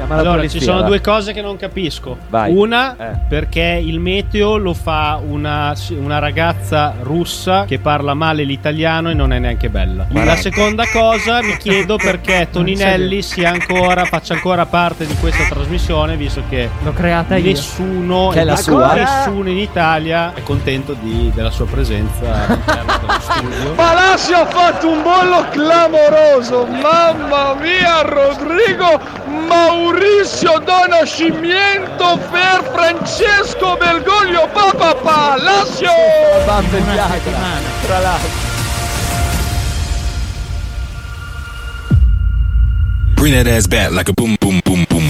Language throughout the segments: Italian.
ma la allora, polizia, ci sono va. due cose che non capisco. Vai. Una, Eh. perché il meteo lo fa una, una ragazza russa che parla male l'italiano e non è neanche bella. La seconda cosa, mi chiedo perché Toninelli sia ancora, faccia ancora parte di questa trasmissione, visto che L'ho creata io. nessuno, Che è la Ma sua? cosa? nessuno in Italia è contento di- della sua presenza all'interno dello studio. Palacio ha fatto un bollo clamoroso. Mamma mia, Rodrigo Maurizio Donascimento per Francesco Bergoglio Papa Palacio. Babbe Una Bianca, settimana. tra l'altro. Bring that ass back like a boom, boom, boom, boom.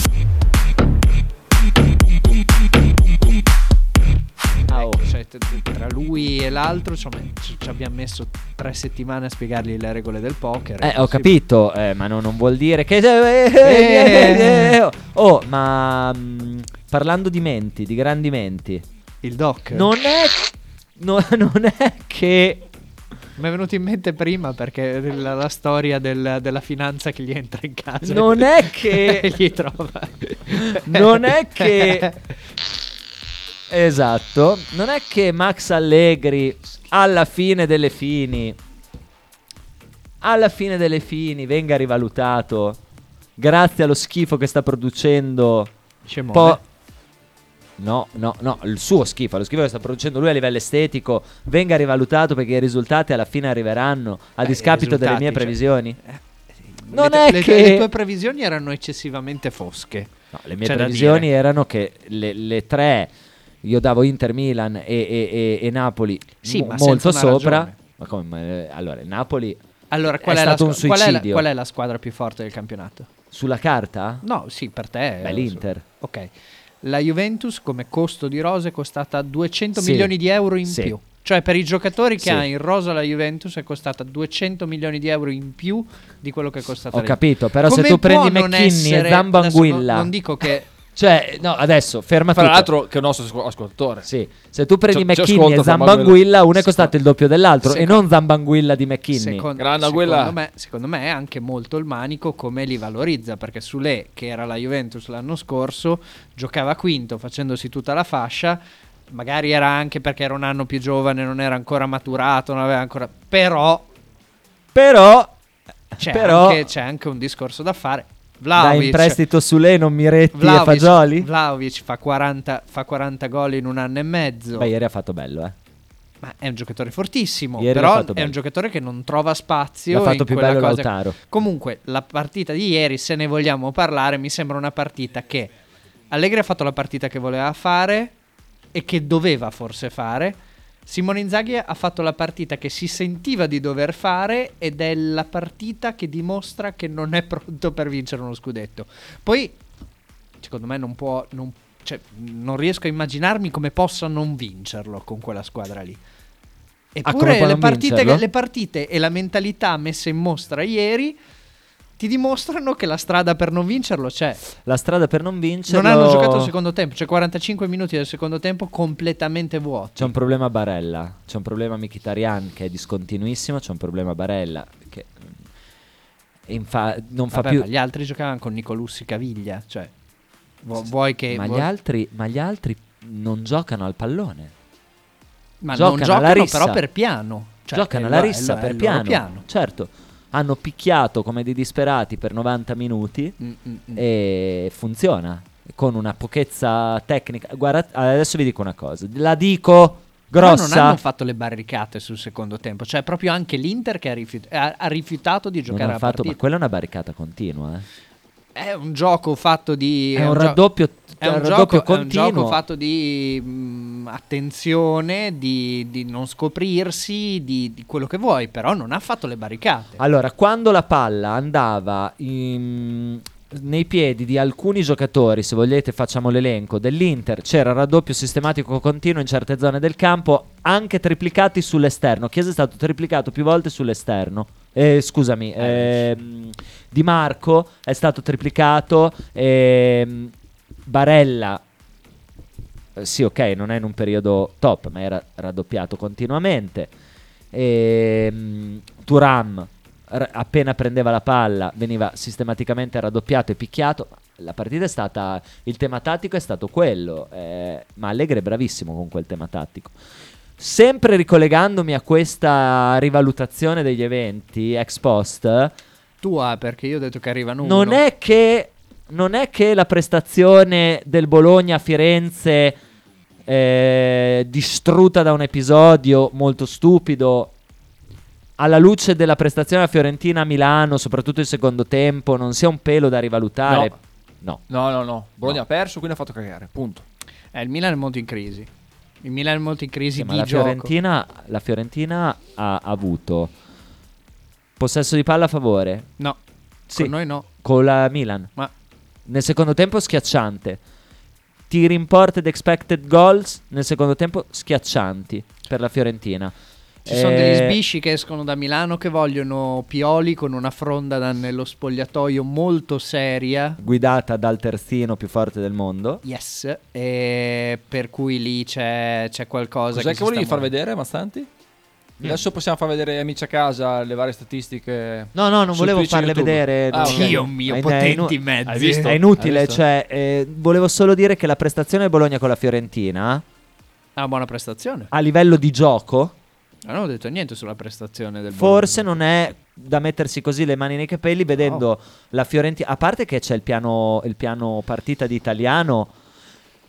Ecco, cioè, t- t- tra lui e l'altro insomma, ci, ci abbiamo messo tre settimane a spiegargli le regole del poker. Eh, ho capito, eh, ma no- non vuol dire che. Eh. Oh, ma. mm, parlando di menti, di grandi menti, Il doc non è. no- non è che. mi è venuto in mente prima perché la, la storia del- della finanza che gli entra in casa. Non è che- E Cioè, gli trova. Non è che- Esatto, non è che Max Allegri alla fine delle fini, alla fine delle fini venga rivalutato grazie allo schifo che sta producendo. Scemone. po- no, no, no, il suo schifo, lo schifo che sta producendo lui a livello estetico venga rivalutato perché i risultati alla fine arriveranno a Eh, i discapito delle mie risultati, cioè- previsioni. Le Non tue- è le, che- le tue previsioni erano eccessivamente fosche. No, le mie C'è da previsioni dire. erano che le, le tre, io davo Inter, Milan e, e- e- e Napoli Sì, mo- ma senza molto una sopra. ragione. Ma come? ma, eh, Allora, il Napoli Allora, È qual è, la stato un squa- qual è la- suicidio. qual è la squadra più forte del campionato? sulla carta? No, sì, per te. Beh, eh, l'Inter. su- Ok. La Juventus come costo di rosa è costata 200 Sì. milioni di euro in Sì. più. Cioè per i giocatori che Sì. ha in rosa la Juventus è costata 200 milioni di euro in più di quello che è costata Ho la capito, però Come se tu può prendi non McKinney essere- e Zambanguilla... adesso non- non dico che- Cioè, no, adesso, ferma Fra tutto. l'altro, che è un nostro asco- ascoltatore. Sì, se tu prendi C'è- c'è McKinney ascolto e con Zambanguilla, Manuel. uno è costato il doppio dell'altro e Secondo- non Zambanguilla di McKinney. Secon- Grande secondo, quella. me, secondo me è anche molto il manico come li valorizza perché Sule che era la Juventus l'anno scorso giocava quinto facendosi tutta la fascia magari era anche perché era un anno più giovane non era ancora maturato non aveva ancora però Però c'è, Però- anche, c'è anche un discorso da fare dai Vlaovic in prestito su lei non Miretti e Vlahovic- Fagioli? Vlahovic fa 40, fa 40 gol in un anno e mezzo Beh, ieri ha fatto bello, eh. Ma è un giocatore fortissimo. Ieri l'ha però fatto è bene. un giocatore che non trova spazio. L'ha fatto in più quella bello cosa. Lautaro. Comunque, la partita di ieri, se ne vogliamo parlare, mi sembra una partita che Allegri ha fatto la partita che voleva fare e che doveva forse fare. Simone Inzaghi ha fatto la partita che si sentiva di dover fare ed è la partita che dimostra che non è pronto per vincere uno scudetto. Poi, secondo me, non può. Non, cioè, non riesco a immaginarmi come possa non vincerlo con quella squadra lì. Ah, come Eppure può le non partite, vincerlo? le partite e la mentalità messa in mostra ieri ti dimostrano che la strada per non vincerlo c'è. La strada per non vincere. Non hanno giocato il secondo tempo, cioè 45 minuti del secondo tempo completamente vuoti. C'è un problema a Barella, c'è un problema a Mkhitaryan che è discontinuissimo, c'è un problema a Barella che mm, infa- non fa Vabbè, più ma gli altri giocavano con Nicolussi Caviglia, cioè vu- vuoi che ma, vuoi- gli altri, ma gli altri non giocano al pallone. ma giocano non alla giocano rissa. però per piano. Cioè, giocano è alla lo- è rissa lo- è per il piano. loro Certo, hanno picchiato come dei disperati per 90 minuti Mm, mm, mm. e funziona con una pochezza tecnica. Guarda, adesso vi dico una cosa, la dico Però grossa. non hanno fatto le barricate sul secondo tempo, cioè proprio anche l'Inter che ha, rifiut- ha- ha rifiutato di Non giocare hanno la fatto, ma partita. quella è una barricata continua, eh. È un gioco fatto di... è un gio- raddoppio, È un, raddoppio gioco, è un continuo. gioco fatto di mh, attenzione, di, di non scoprirsi, di, di quello che vuoi, però non ha fatto le barricate. Allora, quando la palla andava in- nei piedi di alcuni giocatori, se volete facciamo l'elenco, dell'Inter, c'era raddoppio sistematico continuo in certe zone del campo, anche triplicati sull'esterno. Chiesa è stato triplicato più volte sull'esterno. Eh, scusami, ehm, Di Marco è stato triplicato, ehm, Barella eh, sì, ok, non è in un periodo top, ma era raddoppiato continuamente. Ehm, Turam r- appena prendeva la palla veniva sistematicamente raddoppiato e picchiato. La partita è stata, il tema tattico è stato quello, eh, ma Allegri è bravissimo con quel tema tattico. Sempre ricollegandomi a questa rivalutazione degli eventi ex post, Tua, perché io ho detto che arrivano uno. non è, che, non è che la prestazione del Bologna a Firenze, eh, distrutta da un episodio molto stupido, alla luce della prestazione a Fiorentina a Milano, soprattutto il secondo tempo, non sia un pelo da rivalutare. No. No, No. no, no. Bologna ha perso, quindi ha fatto cagare. Punto. Eh, il Milan è molto in crisi. Il Milan è molto in crisi Sì, ma di la gioco. Fiorentina, la Fiorentina ha avuto possesso di palla a favore No, Sì. con noi no. con la Milan. Ma Nel secondo tempo schiacciante. Tiri in porta ed expected goals nel secondo tempo schiaccianti per la Fiorentina. ci sono Eh, degli sbisci che escono da Milano che vogliono Pioli con una fronda da- nello spogliatoio molto seria. Guidata dal terzino più forte del mondo. Yes, e per cui lì c'è, c'è qualcosa Cos'è che, si che volevi sta far muovendo. vedere, Mastanti? Mm. Adesso possiamo far vedere agli amici a casa le varie statistiche. No, no, non sul volevo Twitch e farle YouTube. vedere. Ah, non- ok. Dio mio, È inu- potenti mezzi. Hai visto? È Hai inutile, visto? cioè, eh, volevo solo dire che la prestazione di Bologna con la Fiorentina, Ah, buona prestazione. a livello di gioco, Ah, non ho detto niente sulla prestazione del Forse non è da mettersi così le mani nei capelli vedendo la Fiorentina. A parte che c'è il piano, il piano partita di italiano,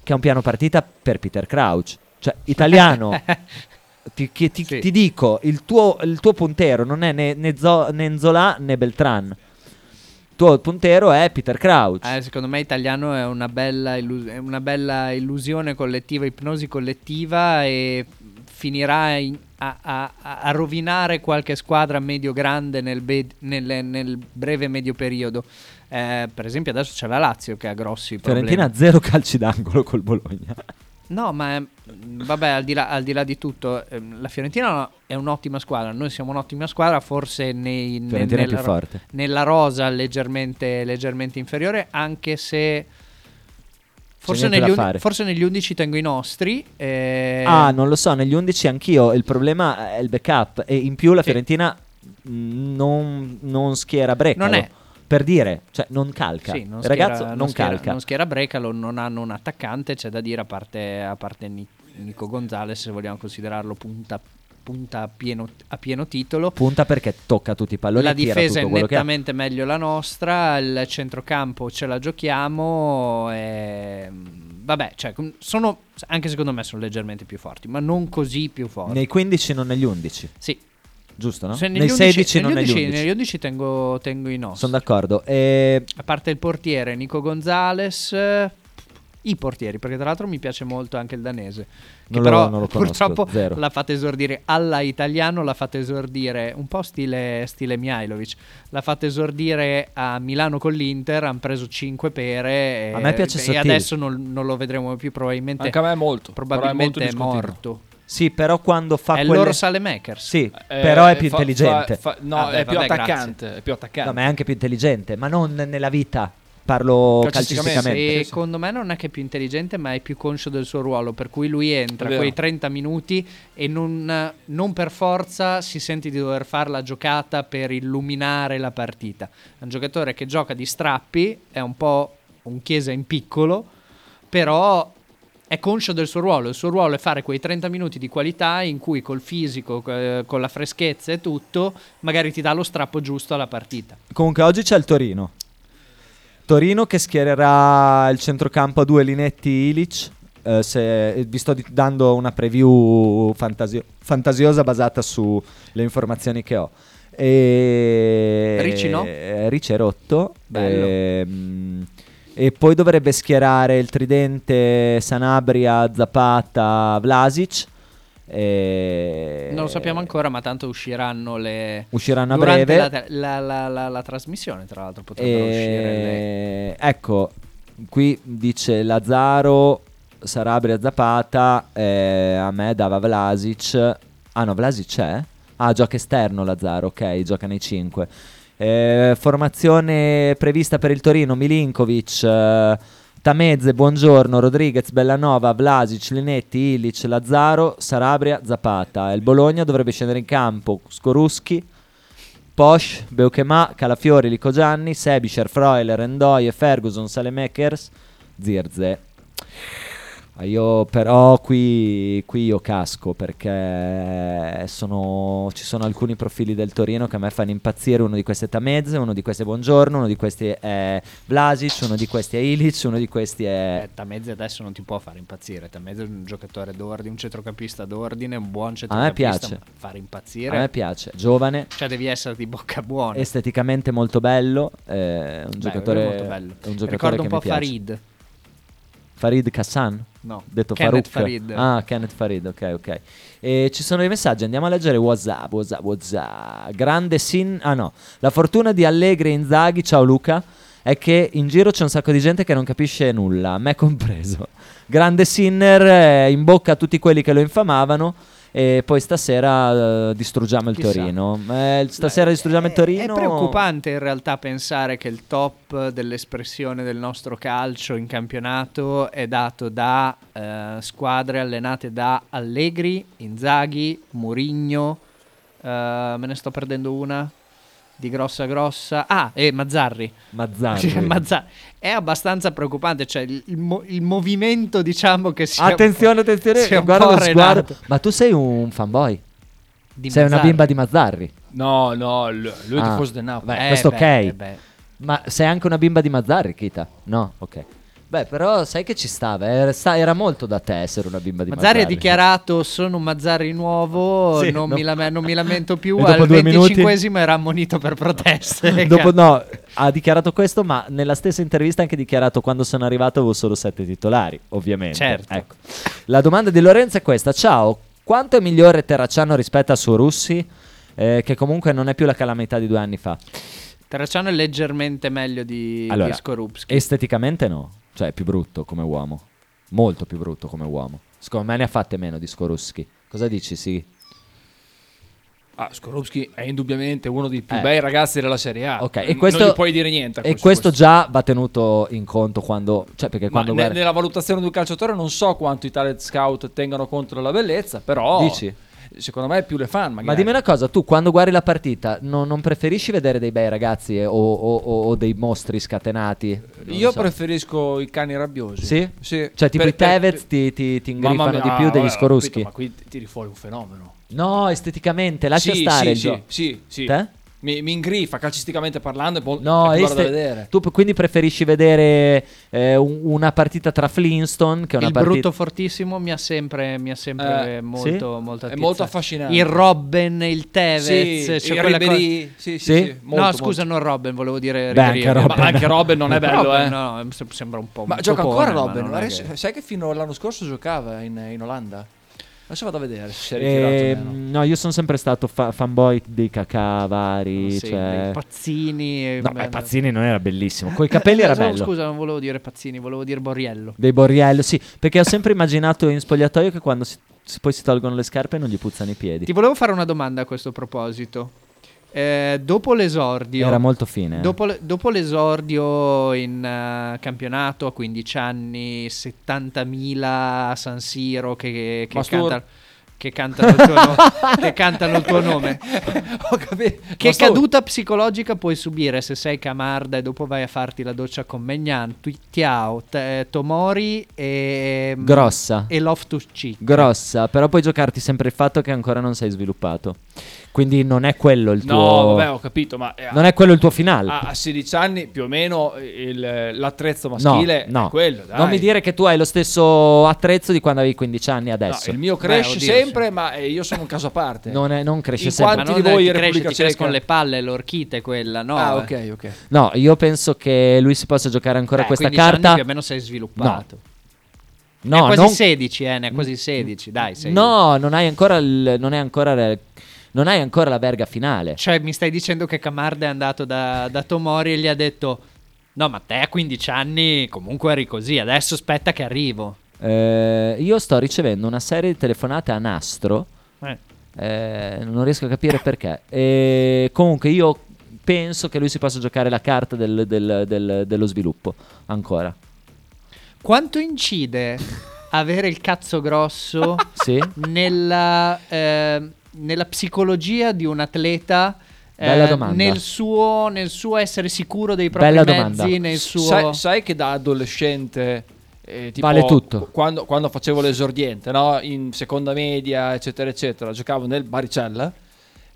che è un piano partita per Peter Crouch. Cioè, italiano. ti, che ti- Sì. ti dico, il tuo, il tuo puntero non è né, né, Zo- né Nzola né Beltran. Il tuo puntero è Peter Crouch. Eh, secondo me italiano è una, bella illu- è una bella illusione collettiva, ipnosi collettiva e finirà in- a, a- a- a rovinare qualche squadra medio-grande nel, be- nel- nel breve medio periodo. Eh, per esempio adesso c'è la Lazio che ha grossi problemi. Fiorentina ha zero calci d'angolo col Bologna. No, ma ehm, vabbè, al di là, al di, là di tutto, ehm, la Fiorentina è un'ottima squadra. Noi siamo un'ottima squadra, forse nei, ne- Fiorentina è più nella- forte. nella rosa leggermente, leggermente inferiore, anche se forse niente negli, undi- da fare. forse negli 11 tengo i nostri. eh, Ah, non lo so, negli 11 anch'io. Il problema è il backup. E in più la Sì. Fiorentina mh, non, non schiera Brecalo. Non è. Per dire, cioè non calca. sì, non Il schiera- ragazzo non, schiera- calca. non schiera Brecalo, non hanno un attaccante, c'è da dire a parte, a parte Ni- Nico Gonzalez, se vogliamo considerarlo punta, punta a, pieno, a pieno titolo. Punta perché tocca tutti i palloni. la e tira difesa è tutto quello che ha. nettamente meglio la nostra, il centrocampo ce la giochiamo. e, Vabbè, cioè, com- sono, anche secondo me sono leggermente più forti, ma non così più forti. Nei 15 non negli 11, Sì. giusto no? Se negli Nei 11 16 non negli negli 11, 11. negli 11 tengo, tengo i nostri. Sono d'accordo. Ehm, E A parte il portiere, Nico Gonzales. eh, I portieri, perché tra l'altro mi piace molto anche il danese. Che Non lo- però non lo conosco, purtroppo zero. l'ha fatto esordire alla italiano, l'ha fatto esordire un po' stile, stile Mihailovic. L'ha fatto esordire a Milano con l'Inter, hanno preso 5 pere. e- A me piace E Sotil. adesso non, non lo vedremo più, probabilmente. Anche a me molto, però è molto Probabilmente è, discontinuo. morto. sì, però quando fa è il quelle- loro Salemekers. Sì, Eh, però è più fa- intelligente. Ah, fa- fa- no, Vabbè, è più vabbè, attaccante. È più attaccante. No, ma è anche più intelligente, ma non nella vita. Parlo Calcisticamente. calcisticamente. Sì, sì. Secondo me non è che è più intelligente, ma è più conscio del suo ruolo. Per cui lui È entra vero. quei 30 minuti e non, non per forza si sente di dover fare la giocata per illuminare la partita. È un giocatore che gioca di strappi, è un po' un chiesa in piccolo, però è conscio del suo ruolo. Il suo ruolo è fare quei 30 minuti di qualità in cui col fisico, eh, con la freschezza e tutto, magari ti dà lo strappo giusto alla partita. Comunque oggi c'è il Torino. Torino che schiererà il centrocampo a due linetti Ilic. Eh, se- eh, vi sto di- dando una preview fantasio- fantasiosa basata sulle informazioni che ho. E... Ricci no? eh, Ricci è rotto. Bello. Ehm, E, poi dovrebbe schierare il tridente Sanabria, Zapata, Vlasic. E- Non lo sappiamo ancora, ma tanto usciranno le. Usciranno a durante breve. Eh, La, la- la- la- la trasmissione, tra l'altro, potrebbero uscire le. E... Ecco, qui dice Lazzaro, Sarabria Zapata, eh, a me dava Vlasic. Ah no, Vlasic c'è? Ah, gioca esterno Lazzaro, ok, gioca nei 5. formazione prevista per il Torino, Milinkovic, eh, Tamezze, Buongiorno, Rodriguez, Bellanova, Vlasic, Linetti, Illic, Lazzaro, Sarabria, Zapata. Il Bologna dovrebbe scendere in campo, Skoruschi, Posh, Beuchema, Calafiori, Licogianni, Sebischer, Freuler, Rendoie, Ferguson, Salemakers, Zirze. Ah, Io però qui, qui io casco perché sono- ci sono alcuni profili del Torino che a me fanno impazzire, uno di questi è Tamez, uno di questi è Buongiorno, uno di questi è Vlasic, uno di questi è Ilic, uno di questi è... Eh, Tamezzi adesso non ti può far impazzire. Tamezzi è un giocatore d'ordine, un centrocampista d'ordine, un buon centrocampista. piace. ma cioè, Far A impazzire. me piace, giovane, Cioè devi essere di bocca buona. esteticamente molto bello, eh, un Beh, giocatore, è molto bello. è un giocatore Ricorda che un po' mi piace. Farid. Farid Kassan? No, Detto Kenneth Farouk. Farid. Ah, Kenneth Farid, ok, ok. E ci sono dei messaggi, andiamo a leggere WhatsApp, WhatsApp, WhatsApp. Grande sin... Ah no, la fortuna di Allegri e Inzaghi, ciao Luca, è che in giro c'è un sacco di gente che non capisce nulla, me compreso. Grande Sinner eh, in bocca a tutti quelli che lo infamavano e poi stasera eh, distruggiamo il Chissà. Torino. Eh, stasera distruggiamo il È- Torino. È preoccupante in realtà pensare che il top dell'espressione del nostro calcio in campionato è dato da eh, squadre allenate da Allegri, Inzaghi, Mourinho, eh, me ne sto perdendo una di grossa grossa. Ah, e Mazzarri. Mazzarri. Cioè, Mazzarri. È abbastanza preoccupante, cioè il, il mo- il movimento diciamo che si è- Attenzione, attenzione, si è un guarda po' lo sguardo. arenato. Ma tu sei un fanboy? Di Sei una Mazzarri. bimba di Mazzarri. No, no, l- lui è Ah. tifoso del Napoli. Beh, questo beh, ok. eh, beh. Ma sei anche una bimba di Mazzarri, Kita? No, ok. Beh, però sai che ci stava. Era, sta- era molto da te essere una bimba di Mazzarri. Mazzarri ha dichiarato sono un Mazzarri nuovo, Sì, non, no. mi lame- non mi lamento più, E dopo al due minuti? 25esimo era ammonito per proteste. cioè, Ecco. Dopo, no, ha dichiarato questo, ma nella stessa intervista ha anche dichiarato quando sono arrivato avevo solo sette titolari, ovviamente. Certo. Ecco. La domanda di Lorenzo è questa. Ciao, quanto è migliore Terracciano rispetto a Sorussi? Eh, che comunque non è più la calamità di due anni fa. Terracciano è leggermente meglio di, Allora, di Skorupski. Esteticamente no, cioè è più brutto come uomo, molto più brutto come uomo. Secondo me ne ha fatte meno di Skorupski. Cosa dici? Sì. Ah, Skorupski è indubbiamente uno dei più Eh. bei ragazzi della Serie A. Ok, Mm, e questo, non gli puoi dire niente. a E questo, questo, questo. già va tenuto in conto quando. Cioè, perché Ma quando ne- guardi. nella valutazione di un calciatore non so quanto i talent scout tengano contro la bellezza, però Dici? secondo me è più le fan. Magari. Ma dimmi una cosa, tu quando guardi la partita no- non preferisci vedere dei bei ragazzi eh, o, o- o- o dei mostri scatenati? Non Io so. preferisco i cani rabbiosi. Sì? Cioè, tipo i Tevez ti, ti, ti Mamma ingriffano mia, di più ah, degli vabbè, ho capito, Skorupski. ma qui ti- tiri fuori un fenomeno. No, esteticamente, lascia Sì, stare. il Sì, sì, gioco. sì, sì. Te? Mi, mi ingrifa calcisticamente parlando. È molto No, è più bello este- da vedere. tu p- quindi preferisci vedere eh, un- una partita tra Flintstone che è una Il partita... brutto fortissimo mi ha sempre, mi ha sempre Eh, molto, sì? molto È attizzato. molto affascinante. Il Robben, il Tevez, Sì, cioè i quella cosa- Ribéry, sì, sì, Sì? sì, molto, no, molto. scusa, non Robben, volevo dire Beh, Ribéry. eh, anche Robben. Ma anche Robben non è bello, Robben, eh. no, sem- sembra un po' Ma un gioca topone, ancora ma Robben? non è guarda, che- Sai che fino all'anno scorso giocava in, in Olanda? Adesso vado a vedere se si è ritirato. cioè, Eh, o meno. no, io sono sempre stato fa- fanboy dei cacà vari. Sì, cioè... dei Pazzini. e- No, ma Pazzini non era bellissimo. Coi capelli Eh, era no, bello. Scusa, non volevo dire Pazzini, volevo dire Borriello. Dei Borriello, sì. Perché ho sempre immaginato in spogliatoio che quando si- si- poi si tolgono le scarpe non gli puzzano i piedi. Ti volevo fare una domanda a questo proposito. Eh, dopo l'esordio, Era molto fine. eh. dopo, le- dopo l'esordio in eh, campionato a 15 anni, 70.000 a San Siro che, che, Mastur. canta- che cantano, il tuo no- che cantano il tuo nome. Ho capito. Che Ma stavo- caduta psicologica puoi subire se sei Camarda e dopo vai a farti la doccia con Megnan, Tiao, T- Tomori e, mm, Grossa. e Loftus Cheek? Grossa, però puoi giocarti sempre il fatto che ancora non sei sviluppato. Quindi non è quello il No, tuo. vabbè, ho capito, Ah, ma eh, non è quello il tuo finale. a, a 16 anni più o meno il- l'attrezzo maschile no, no. è quello, dai. Non mi dire che tu hai lo stesso attrezzo di quando avevi 15 anni No, adesso. il mio Beh, cresce oddio, sempre, ma eh, io sono un caso a parte. non, è- non cresce In sempre. Ma Quanti non di voi in ti cresce, Repubblica ti crescono Ceca? le palle, l'orchite quella, no? Ah, eh. ok, ok. No, io penso che lui si possa giocare Eh, ancora Beh, questa 15 anni carta. più o meno sei sviluppato. No, ne ha quasi non- Mm. 16, eh, ne ha quasi 16, dai. sei- no, non hai ancora il- non è ancora re- non hai ancora la verga finale. Cioè, mi stai dicendo che Camarda è andato da, da Tomori e gli ha detto... No, ma te a 15 anni comunque eri così, adesso aspetta che arrivo. Eh, io sto ricevendo una serie di telefonate a nastro. Eh. eh, non riesco a capire perché. E comunque io penso che lui si possa giocare la carta del- del- del- dello sviluppo ancora. Quanto incide avere il cazzo grosso Sì? nella, eh, nella psicologia di un atleta Bella domanda. Nel suo, nel suo essere sicuro dei propri Bella mezzi, domanda. nel suo... Sai, sai che da adolescente eh, tipo, Vale tutto. Quando, quando facevo l'esordiente, no? in seconda media, eccetera, eccetera, giocavo nel Baricella.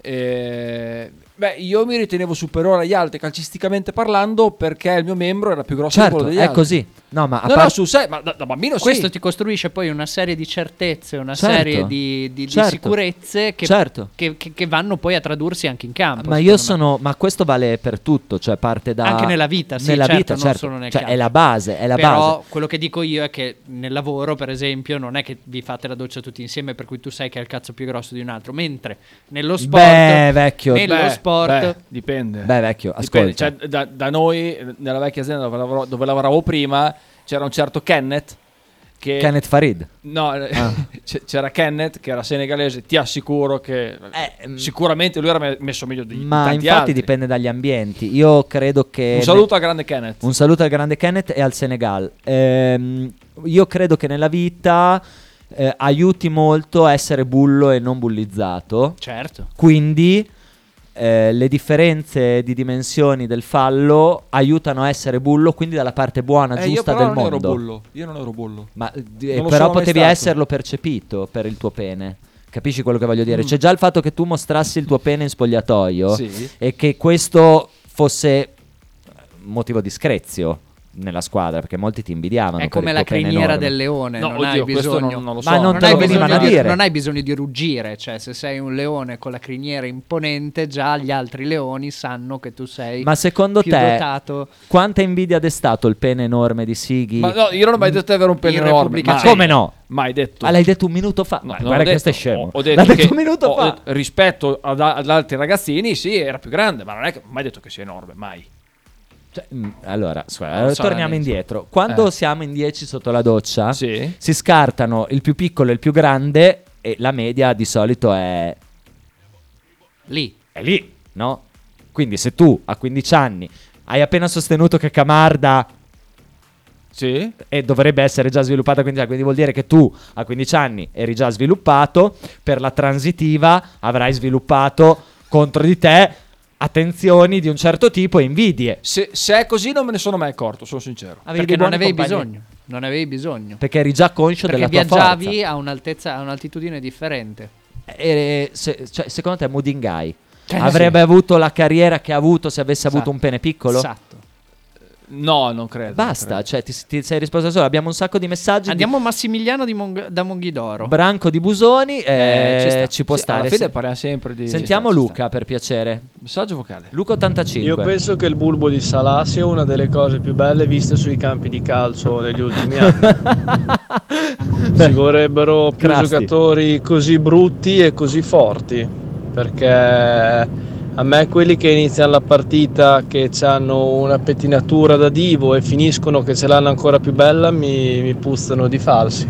eh, beh, io mi ritenevo superiore agli altri calcisticamente parlando perché il mio membro era più grosso di Certo, quello degli è altri. così. No, ma a No, no, parte- su sei, ma da, da bambino Questo sì. ti costruisce poi una serie di certezze, una Certo. serie di, di- di Certo. sicurezze che, Certo. che- che- che vanno poi a tradursi anche in campo. ma io secondo me. sono, ma questo vale per tutto, cioè parte da Anche nella vita, sì, nella certo, vita, non certo. solo nel cioè, campo. è la base, è la Però base. quello che dico io è che nel lavoro, per esempio, non è che vi fate la doccia tutti insieme, per cui tu sai che è il cazzo più grosso di un altro. Mentre nello sport, Beh, vecchio, nello beh, sport, Beh, dipende. Beh, vecchio, ascolta. Dipende, cioè, da, da noi, eh, nella vecchia azienda dove lavoravo, dove lavoravo prima, c'era un certo Kenneth. Che, Kenneth Ah. Farid. No, eh, c- c'era Kenneth che era senegalese, ti assicuro che Eh, mm. sicuramente lui era me- messo meglio di Ma tanti infatti altri. dipende dagli ambienti. Io credo che Un saluto al grande Kenneth. Un saluto al grande Kenneth e al Senegal. Ehm, io credo che nella vita eh, aiuti molto a essere bullo e non bullizzato. certo. Quindi eh, le differenze di dimensioni del fallo aiutano a essere bullo, quindi dalla parte buona, Eh, io giusta però del non mondo. ero bullo, io non ero bullo. Ma, eh, Non lo però sono mai potevi stato. esserlo percepito per il tuo pene. Capisci quello che voglio dire? Cioè, già il fatto che tu mostrassi il tuo pene in spogliatoio Mm. Sì. e che questo fosse motivo di screzio nella squadra, perché molti ti invidiavano. È per come il la tuo pene criniera enorme. del leone, No, non oddio, hai questo bisogno. non- non lo so. Ma non non te hai, lo bisogno venivano a di, dire. non hai bisogno di ruggire, cioè se sei un leone con la criniera imponente, già gli altri leoni sanno che tu sei Ma secondo più te, dotato. quanta invidia ha destato il pene enorme di Sighi? Ma no, io non ho mai detto di avere un pene In enorme. Repubblica mai. Ceca. Come no? Mai detto. Ah, l'hai detto un minuto fa. No, Ma non guarda ho che detto. stai scemo. Ho, ho detto L'ha detto che- un minuto ho fa. detto- rispetto ad, ad altri ragazzini, sì, era più grande, ma non è che mai detto che sia enorme, mai. Cioè, mh, allora, scusa, Non lo so torniamo veramente. indietro. Quando siamo in 10 sotto la doccia, Sì. si scartano il più piccolo e il più grande e la media di solito è, Lì. è lì, no? Quindi se tu a 15 anni hai appena sostenuto che Camarda Sì? e dovrebbe essere già sviluppata a 15 anni, quindi vuol dire che tu a 15 anni eri già sviluppato, per la transitiva avrai sviluppato contro di te attenzioni di un certo tipo e invidie. Se, se è così non me ne sono mai accorto, sono sincero. perché Avevi dei non buoni avevi compagni. bisogno. Non avevi bisogno. Perché eri già conscio Perché della tua forza. viaggiavi a un'altezza, a un'altitudine differente. E, se- cioè, secondo te Mudingai avrebbe avuto la carriera che ha avuto se avesse avuto Esatto. un pene piccolo? Esatto. No, non credo. Basta, cioè ti, ti sei risposto da solo. Abbiamo un sacco di messaggi. Andiamo a Massimiliano di Mong- da di Monghidoro. Branco di Busoni. eh, Eh, sta. ci può Sì, stare. Alla fine Se- parliamo sempre di... Sentiamo ci sta, ci Luca per piacere. sta. Messaggio vocale. Luca 85. Io penso che il bulbo di Salah sia una delle cose più belle viste sui campi di calcio negli ultimi anni. Ci vorrebbero più Crasti. giocatori così brutti e così forti, perché a me quelli che iniziano la partita che hanno una pettinatura da divo e finiscono che ce l'hanno ancora più bella mi, mi puzzano di falsi.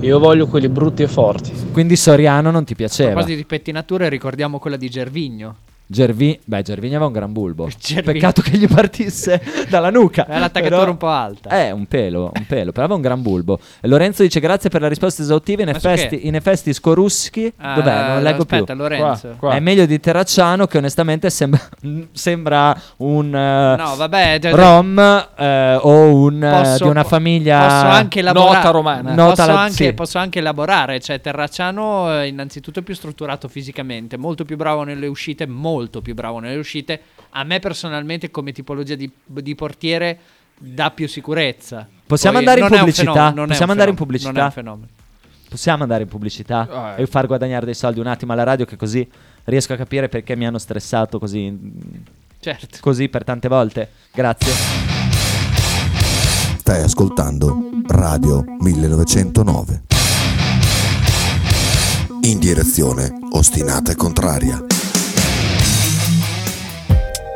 Io voglio quelli brutti e forti. Quindi Soriano non ti A piaceva. proposito di pettinature, ricordiamo quella di Gervigno. Gervi... Beh, Gervigno aveva un gran bulbo. Gervigno. Peccato che gli partisse dalla nuca. Era l'attaccatura Eh, Però- un po' alta. Eh, un pelo, un pelo, però aveva un gran bulbo. E Lorenzo dice grazie per la risposta esauttiva. In Ma su effetti, che? in effesti scoruschi. Ah, Dov'è? Non leggo aspetta, più. Lorenzo. Qua, qua. È meglio di Terracciano che onestamente sembra, sembra un eh, No, vabbè, cioè, d- d- rom eh, o un, eh, posso- di una famiglia posso anche elaborare- nota romana. Nota posso, la- anche, sì. posso anche elaborare. Cioè, Terracciano, eh, innanzitutto, è più strutturato fisicamente, molto più bravo nelle uscite, molto più bravo nelle uscite. A me personalmente, come tipologia di, di portiere, dà più sicurezza. Possiamo Poi andare in non è un pubblicità? fenomeno, non è Possiamo un fenomeno, andare in pubblicità? Non è un fenomeno. Possiamo andare in pubblicità Eh. e far guadagnare dei soldi un attimo alla radio che così riesco a capire perché mi hanno stressato così, Certo. così per tante volte. Grazie. Stai ascoltando Radio 1909. In direzione ostinata e contraria.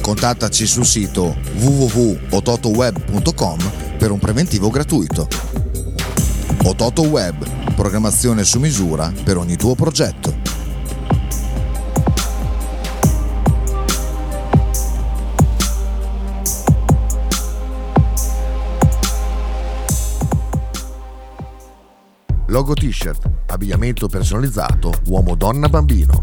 Contattaci sul sito www.ototoweb.com per un preventivo gratuito. Ototo Web, programmazione su misura per ogni tuo progetto. Logo t-shirt, abbigliamento personalizzato, uomo, donna, bambino.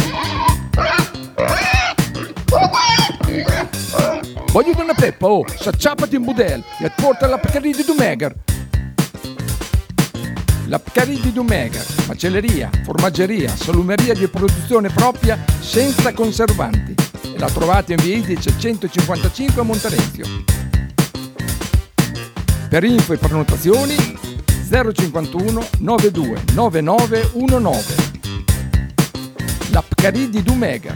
Voglio una peppa, oh, s'acciappati in budel e porta la Pcaridi di Dumegar. La Pcaridi di Dumegar, macelleria, formaggeria, salumeria di produzione propria senza conservanti. E la trovate in via Idice 155 a Monterezio. Per info e prenotazioni 051 92 9919. La Pcaridi di Dumegar.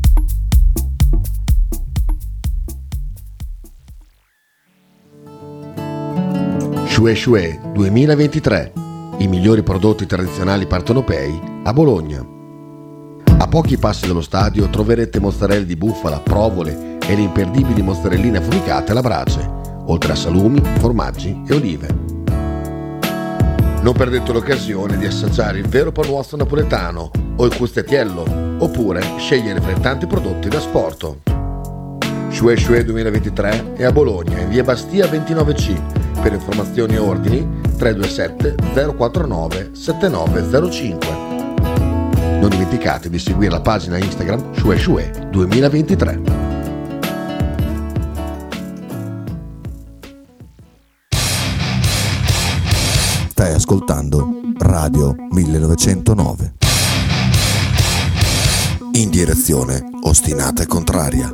Shue Shue 2023. I migliori prodotti tradizionali partenopei a Bologna. A pochi passi dallo stadio troverete mozzarella di bufala, provole e le imperdibili mozzarelline affumicate alla brace, oltre a salumi, formaggi e olive. Non perdete l'occasione di assaggiare il vero panuozzo napoletano o il custettiello, oppure scegliere fra i tanti prodotti da sporto. Shue Shue 2023 è a Bologna, in via Bastia 29C. Per informazioni e ordini 327 049 7905. Non dimenticate di seguire la pagina Instagram Shue Shue 2023. Stai ascoltando Radio 1909. In direzione ostinata e contraria.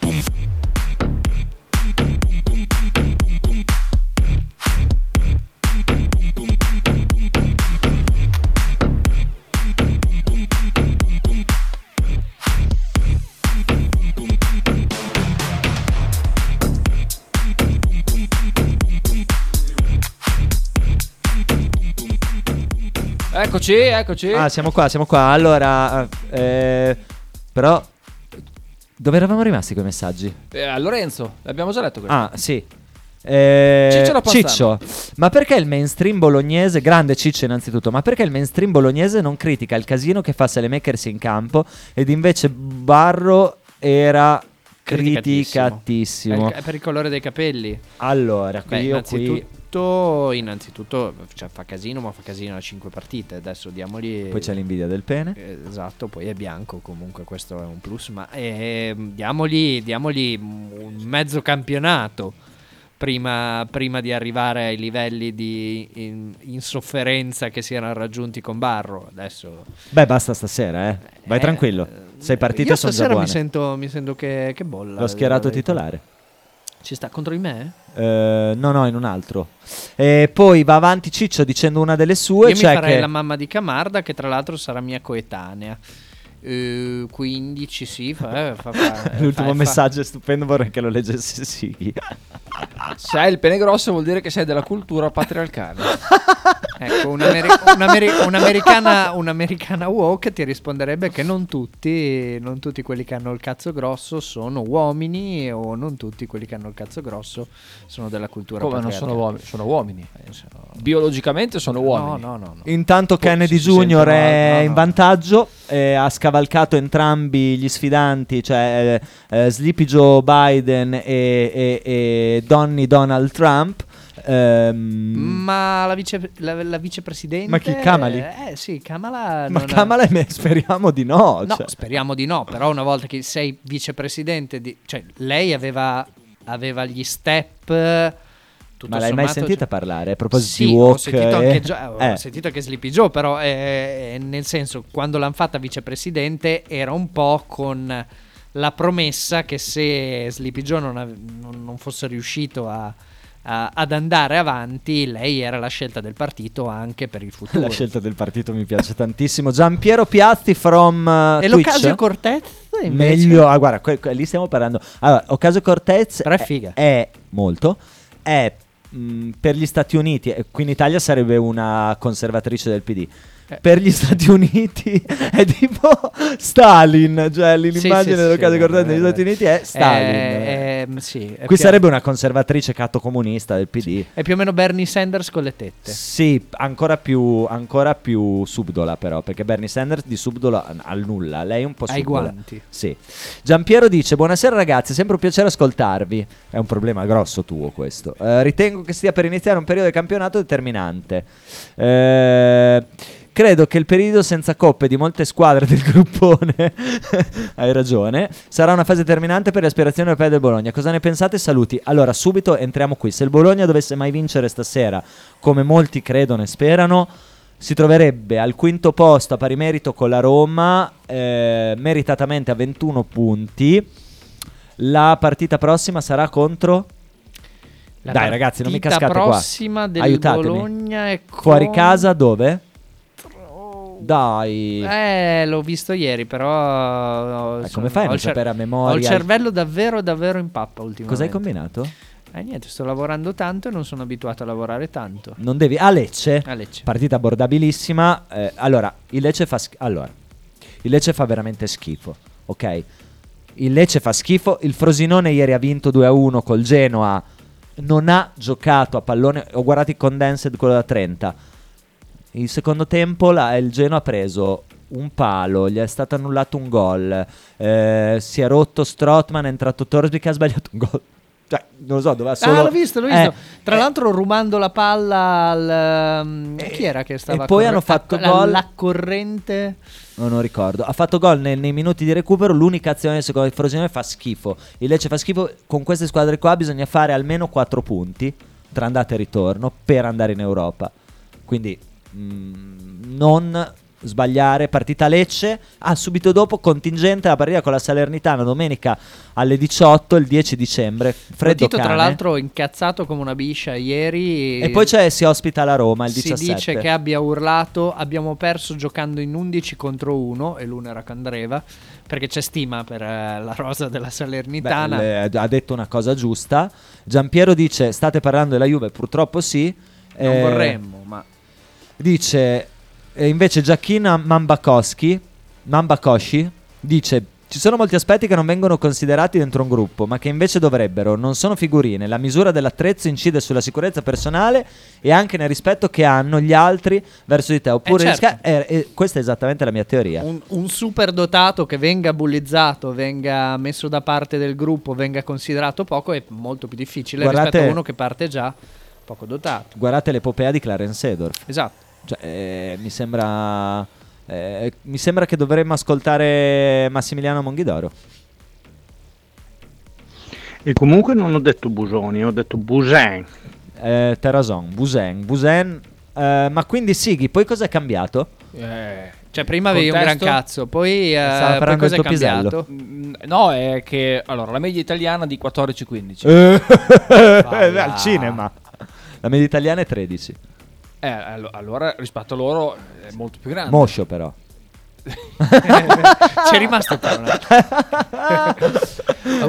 boom. Eccoci, eccoci. Ah, siamo qua, siamo qua. Allora, eh, però, dove eravamo rimasti con i messaggi? Eh, a Lorenzo, l'abbiamo già letto questo. Ah, sì. Eh, Ciccio da Ciccio, Panzano. ma perché il mainstream bolognese, grande Ciccio innanzitutto, ma perché il mainstream bolognese non critica il casino che fa Selemakers in campo ed invece Barro era Criticatissimo. criticatissimo? È per il colore dei capelli. Allora, Beh, io qui innanzitutto, innanzitutto cioè, fa casino, ma fa casino a 5 partite. Adesso diamogli. poi c'è l'invidia del pene. Eh, Esatto, poi è bianco, comunque questo è un plus, ma ehm, diamogli, diamogli un mezzo campionato prima, prima di arrivare ai livelli di in- insofferenza che si erano raggiunti con Barro. Adesso, Beh, basta stasera, eh. Vai eh, tranquillo. Sei partite io sono già stasera buone. mi sento, mi sento che, che bolla. L'ho schierato titolare titolare. Ci sta contro di me? Eh, no, no, in un altro. E poi va avanti Ciccio dicendo una delle sue. Io mi cioè farei che... la mamma di Camarda, che tra l'altro sarà mia coetanea. Eh, 15, sì. Fa, eh, fa- fa- L'ultimo fa- messaggio è stupendo, vorrei che lo leggesse Sighi. Se hai il pene grosso vuol dire che sei della cultura patriarcale. Ecco, un'ameri- un'ameri- un'americana, un'americana woke ti risponderebbe che non tutti, non tutti quelli che hanno il cazzo grosso sono uomini o non tutti quelli che hanno il cazzo grosso sono della cultura Come non patriarcale. sono uomini? Sono uomini. Eh, Biologicamente sono uomini. No, no, no. Intanto Kennedy si Junior sentono- è no, no. in vantaggio, eh, ha scavalcato entrambi gli sfidanti, cioè eh, eh, Sleepy Joe Biden e, e- e Donny Donald Trump. Ehm, Ma la, vice, la, la vicepresidente. Ma chi, Kamali? Eh sì, Kamala. ma non ha- Kamala, me- speriamo di no. No, cioè. speriamo di no, però una volta che sei vicepresidente, di, cioè lei aveva, aveva gli step. eh, tutto ma l'hai mai sommato, sentita cioè- parlare? A proposito Sì, di ho Walk, sentito, anche, eh, Gio- ho eh, sentito anche Sleepy Joe, però eh, eh, nel senso, quando l'hanno fatta vicepresidente era un po' con la promessa che se Sleepy Joe non, ave- non- non fosse riuscito a- a- ad andare avanti, lei era la scelta del partito anche per il futuro. la scelta del partito mi piace tantissimo. Giampiero Piatti from eh, e Twitch. l'Ocasio Cortez invece? Meglio, ah, guarda, que- que- lì stiamo parlando. Allora, Ocasio Cortez Però è figa. è molto, è mh, per gli Stati Uniti, eh, qui in Italia sarebbe una conservatrice del PD. Eh. Per gli Stati Uniti è tipo Stalin, cioè lì Sì, l'immagine sì, sì, dell'Ocasio sì, Cortez vero, negli vero. Stati Uniti è Stalin. Eh, ehm, sì, è qui più- sarebbe una conservatrice catto comunista del PD. È più o meno Bernie Sanders con le tette. Sì, ancora più, ancora più subdola però, perché Bernie Sanders di subdola al nulla, lei è un po' Ai subdola. guanti. Sì. Giampiero dice, buonasera ragazzi, è sempre un piacere ascoltarvi. È un problema grosso tuo questo. Eh, ritengo che stia per iniziare un periodo di campionato determinante. Eh, Credo che il periodo senza coppe di molte squadre del gruppone, hai ragione, sarà una fase determinante per le aspirazioni europee del Bologna. Cosa ne pensate? Saluti. Allora, subito entriamo qui. Se il Bologna dovesse mai vincere stasera, come molti credono e sperano, si troverebbe al quinto posto a pari merito con la Roma, eh, meritatamente a 21 punti. La partita prossima sarà contro... La Dai ragazzi, non mi partita cascate qua. prossima del Aiutatemi. Bologna è Fuori con- casa dove? Dai. Eh, l'ho visto ieri, però. sono- Eh, come fai a ho non il cer- sapere a Ho il memoria? cervello davvero, davvero in pappa ultimamente. Cos'hai combinato? Eh, niente, sto lavorando tanto e non sono abituato a lavorare tanto. Certo. Non devi. A Lecce. A Lecce. Partita abbordabilissima. Eh, allora, il Lecce fa sch- Allora, il Lecce fa veramente schifo. Ok. Il Lecce fa schifo. Il Frosinone ieri ha vinto 2-1 col Genoa. Non ha giocato a pallone. Ho guardato i condensed quello da 30. Il secondo tempo la- il Genoa ha preso un palo, gli è stato annullato un gol, eh, si è rotto Strotman, è entrato Torsby che ha sbagliato un gol. Cioè, non lo so, doveva solo... Ah, l'ho visto, l'ho Eh, Eh, visto. Tra l'altro, rubando la palla al. um, chi era che stava e poi corre- hanno fatto a- alla- gol. alla corrente. No, non ricordo. Ha fatto gol nei, nei minuti di recupero. L'unica azione, secondo il Frosinone, fa schifo. Il Lecce fa schifo. Con queste squadre qua bisogna fare almeno 4 punti tra andata e ritorno per andare in Europa. Quindi mm, non sbagliare. Partita Lecce. Ah, subito dopo contingente la partita con la Salernitana domenica alle 18, il 10 dicembre. Freddo Tito, tra cane. l'altro, incazzato come una biscia ieri. E poi c'è, si ospita la Roma il 17. Si dice che abbia urlato abbiamo perso giocando in 11 contro 1 e l'uno era Candreva perché c'è stima per eh, la rosa della Beh, Salernitana. le- ha detto una cosa giusta. Giampiero dice: State parlando della Juve? Purtroppo sì. non Eh, vorremmo, ma Dice eh, invece Giacchina Mambakowski, Mambakoshi dice ci sono molti aspetti che non vengono considerati dentro un gruppo, ma che invece dovrebbero. Non sono figurine. La misura dell'attrezzo incide sulla sicurezza personale e anche nel rispetto che hanno gli altri verso di te. Oppure certo. risca- eh, eh, questa è esattamente la mia teoria. un, un superdotato che venga bullizzato, venga messo da parte del gruppo, venga considerato poco è molto più difficile rispetto Guardate- a uno che parte già poco dotato. Guardate l'epopea di Clarence Sedor. Esatto. Cioè, eh, mi sembra. eh, mi sembra che dovremmo ascoltare Massimiliano Monghidoro. E comunque non ho detto Busoni, ho detto Busen. Eh, Terrazon, Busen, Busen. eh, ma quindi Sighi, poi cosa è cambiato? Eh, Cioè, prima avevi un gran Contesto? cazzo, poi, eh, Stava poi parlando cosa del è tuo pisello. cambiato? Mm, No, è che allora la media italiana è di 14-15. Eh. Eh, Al cinema. La media italiana è 13. Eh, allo- allora rispetto a loro è molto più grande. Moscio però. C'è rimasto per un attimo.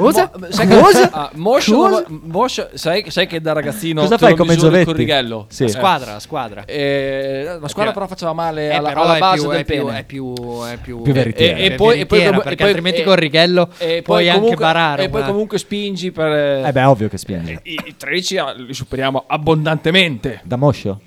Cosa? Mo- sai che- Cosa? ah, Moscio, Cosa? Moscio- sai, sai che da ragazzino Cosa te fai lo come misuri Giovetti? col righello? Sì. Eh. Squadra, la squadra. Eh, la squadra però faceva male Eh, alla, però alla è base più- del è più- pene. è più- è più- Più veritiera. Eh, E, e poi, e poi- veritiera, e perché eh, poi- altrimenti e- col righello e puoi anche comunque- barare E poi una- comunque spingi per... Eh beh, ovvio che spiangi. I i 13 ah, li superiamo abbondantemente. Da Moscio?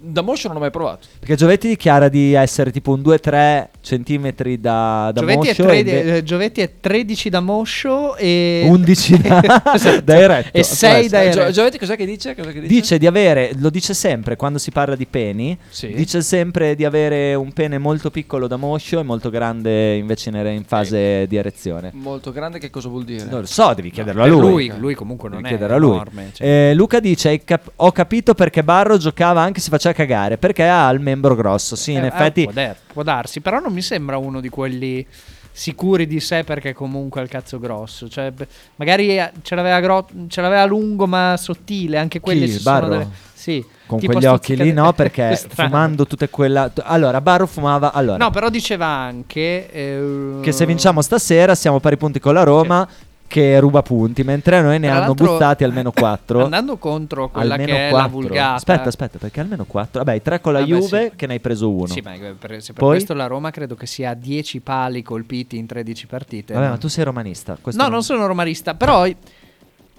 Da Moscio non l'ho mai provato. Perché Giovetti dichiara di essere tipo un 2-3 centimetri da, da Giovetti, Moscio. è tre- e inve- eh, Giovetti è 13 da moscio e 11 da- Esatto. da eretto. e 6 da Eh, Gio- eretto. Giovetti cos'è che dice? Cos'è che dice? Dice di avere, lo dice sempre quando si parla di peni, Sì. dice sempre di avere un pene molto piccolo da moscio e molto grande invece in, in fase di erezione. Molto grande che cosa vuol dire? Non lo so, devi chiederlo a per lui. lui- lui comunque non Devi è chiederlo a lui. enorme, cioè. Eh, Luca dice: "Hai cap- Ho capito perché Barro giocava anche se faceva cagare perché ha il membro grosso. Sì, in Eh, eh, effetti. può, dar- può darsi, però non mi sembra uno di quelli sicuri di sé perché comunque ha il cazzo grosso. Cioè, beh, magari eh, ce l'aveva, gro- ce l'aveva lungo ma sottile, anche quelli Chi, ci sono Barro? delle- Sì, Con tipo quegli sto occhi lì, zicca- no? Perché strano. fumando tutte quella. t- Allora, Barro fumava. Allora, No, però diceva anche... eh, che se vinciamo stasera siamo pari punti con la Roma. Che ruba punti, mentre a noi ne Tra hanno l'altro, buttati almeno 4. andando contro quella che è la vulgata. Aspetta, aspetta, perché almeno 4. Vabbè, 3 con la Ah, beh, Juve, sì. che ne hai preso uno. Sì, ma eh, per- se per Poi? questo la Roma credo che sia 10 pali colpiti in 13 partite. Vabbè, Non- ma tu sei romanista. questo Eh. No, non sono romanista, però,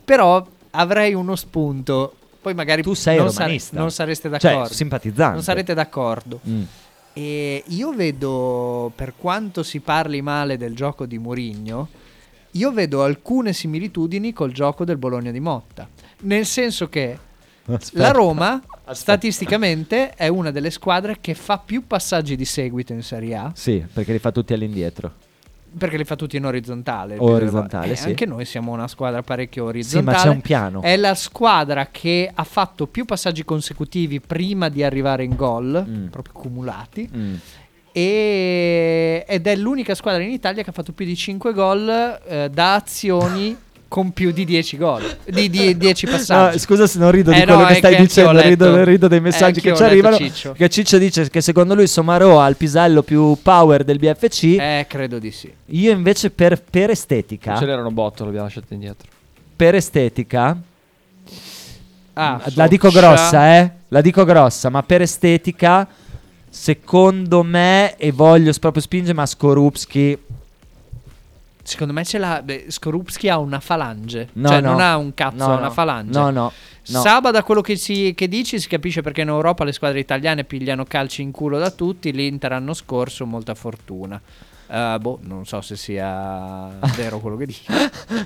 però avrei uno spunto. Poi magari Tu sei non, sare- romanista. non sareste Cioè, d'accordo. simpatizzante. Non sarete d'accordo. Mm. E io vedo, per quanto si parli male del gioco di Mourinho, io vedo alcune similitudini col gioco del Bologna di Motta. Nel senso che Aspetta. la Roma, statisticamente, è una delle squadre che fa più passaggi di seguito in Serie A. Sì, perché li fa tutti all'indietro. Perché li fa tutti in orizzontale. il O più delle Oh, orizzontale, volte. Eh, sì. Anche noi siamo una squadra parecchio Sì, ma orizzontale. c'è un piano. È la squadra che ha fatto più passaggi consecutivi prima di arrivare in gol, proprio cumulati. Mm. e- ed è l'unica squadra in Italia che ha fatto più di 5 gol eh, da azioni con più di 10 gol. Di di- 10 passaggi. No, Ah, scusa se non rido di Eh, quello no, che è stai anche dicendo, ho letto- rido, rido dei eh, messaggi anch'io che ho ci letto arrivano. Ciccio. Che Ciccio dice che secondo lui Somaro ha il pisello più power del BFC. Eh, credo di sì. Io invece per, per estetica, Ce n'era un botto, l'abbiamo lasciato indietro. Ah, per estetica, Ah, la dico grossa, eh? La dico grossa, ma per estetica, secondo me, e voglio proprio spingere, ma Skorupski Secondo me ce l'ha. beh, Skorupski ha una falange. No, cioè, no. non ha un cazzo, No, ha una no. falange. No, no, no. Saba, da quello che, si- che dici, si capisce perché in Europa le squadre italiane pigliano calci in culo da tutti. L'Inter l'anno scorso, molta fortuna. Eh, boh, non so se sia vero quello che dici.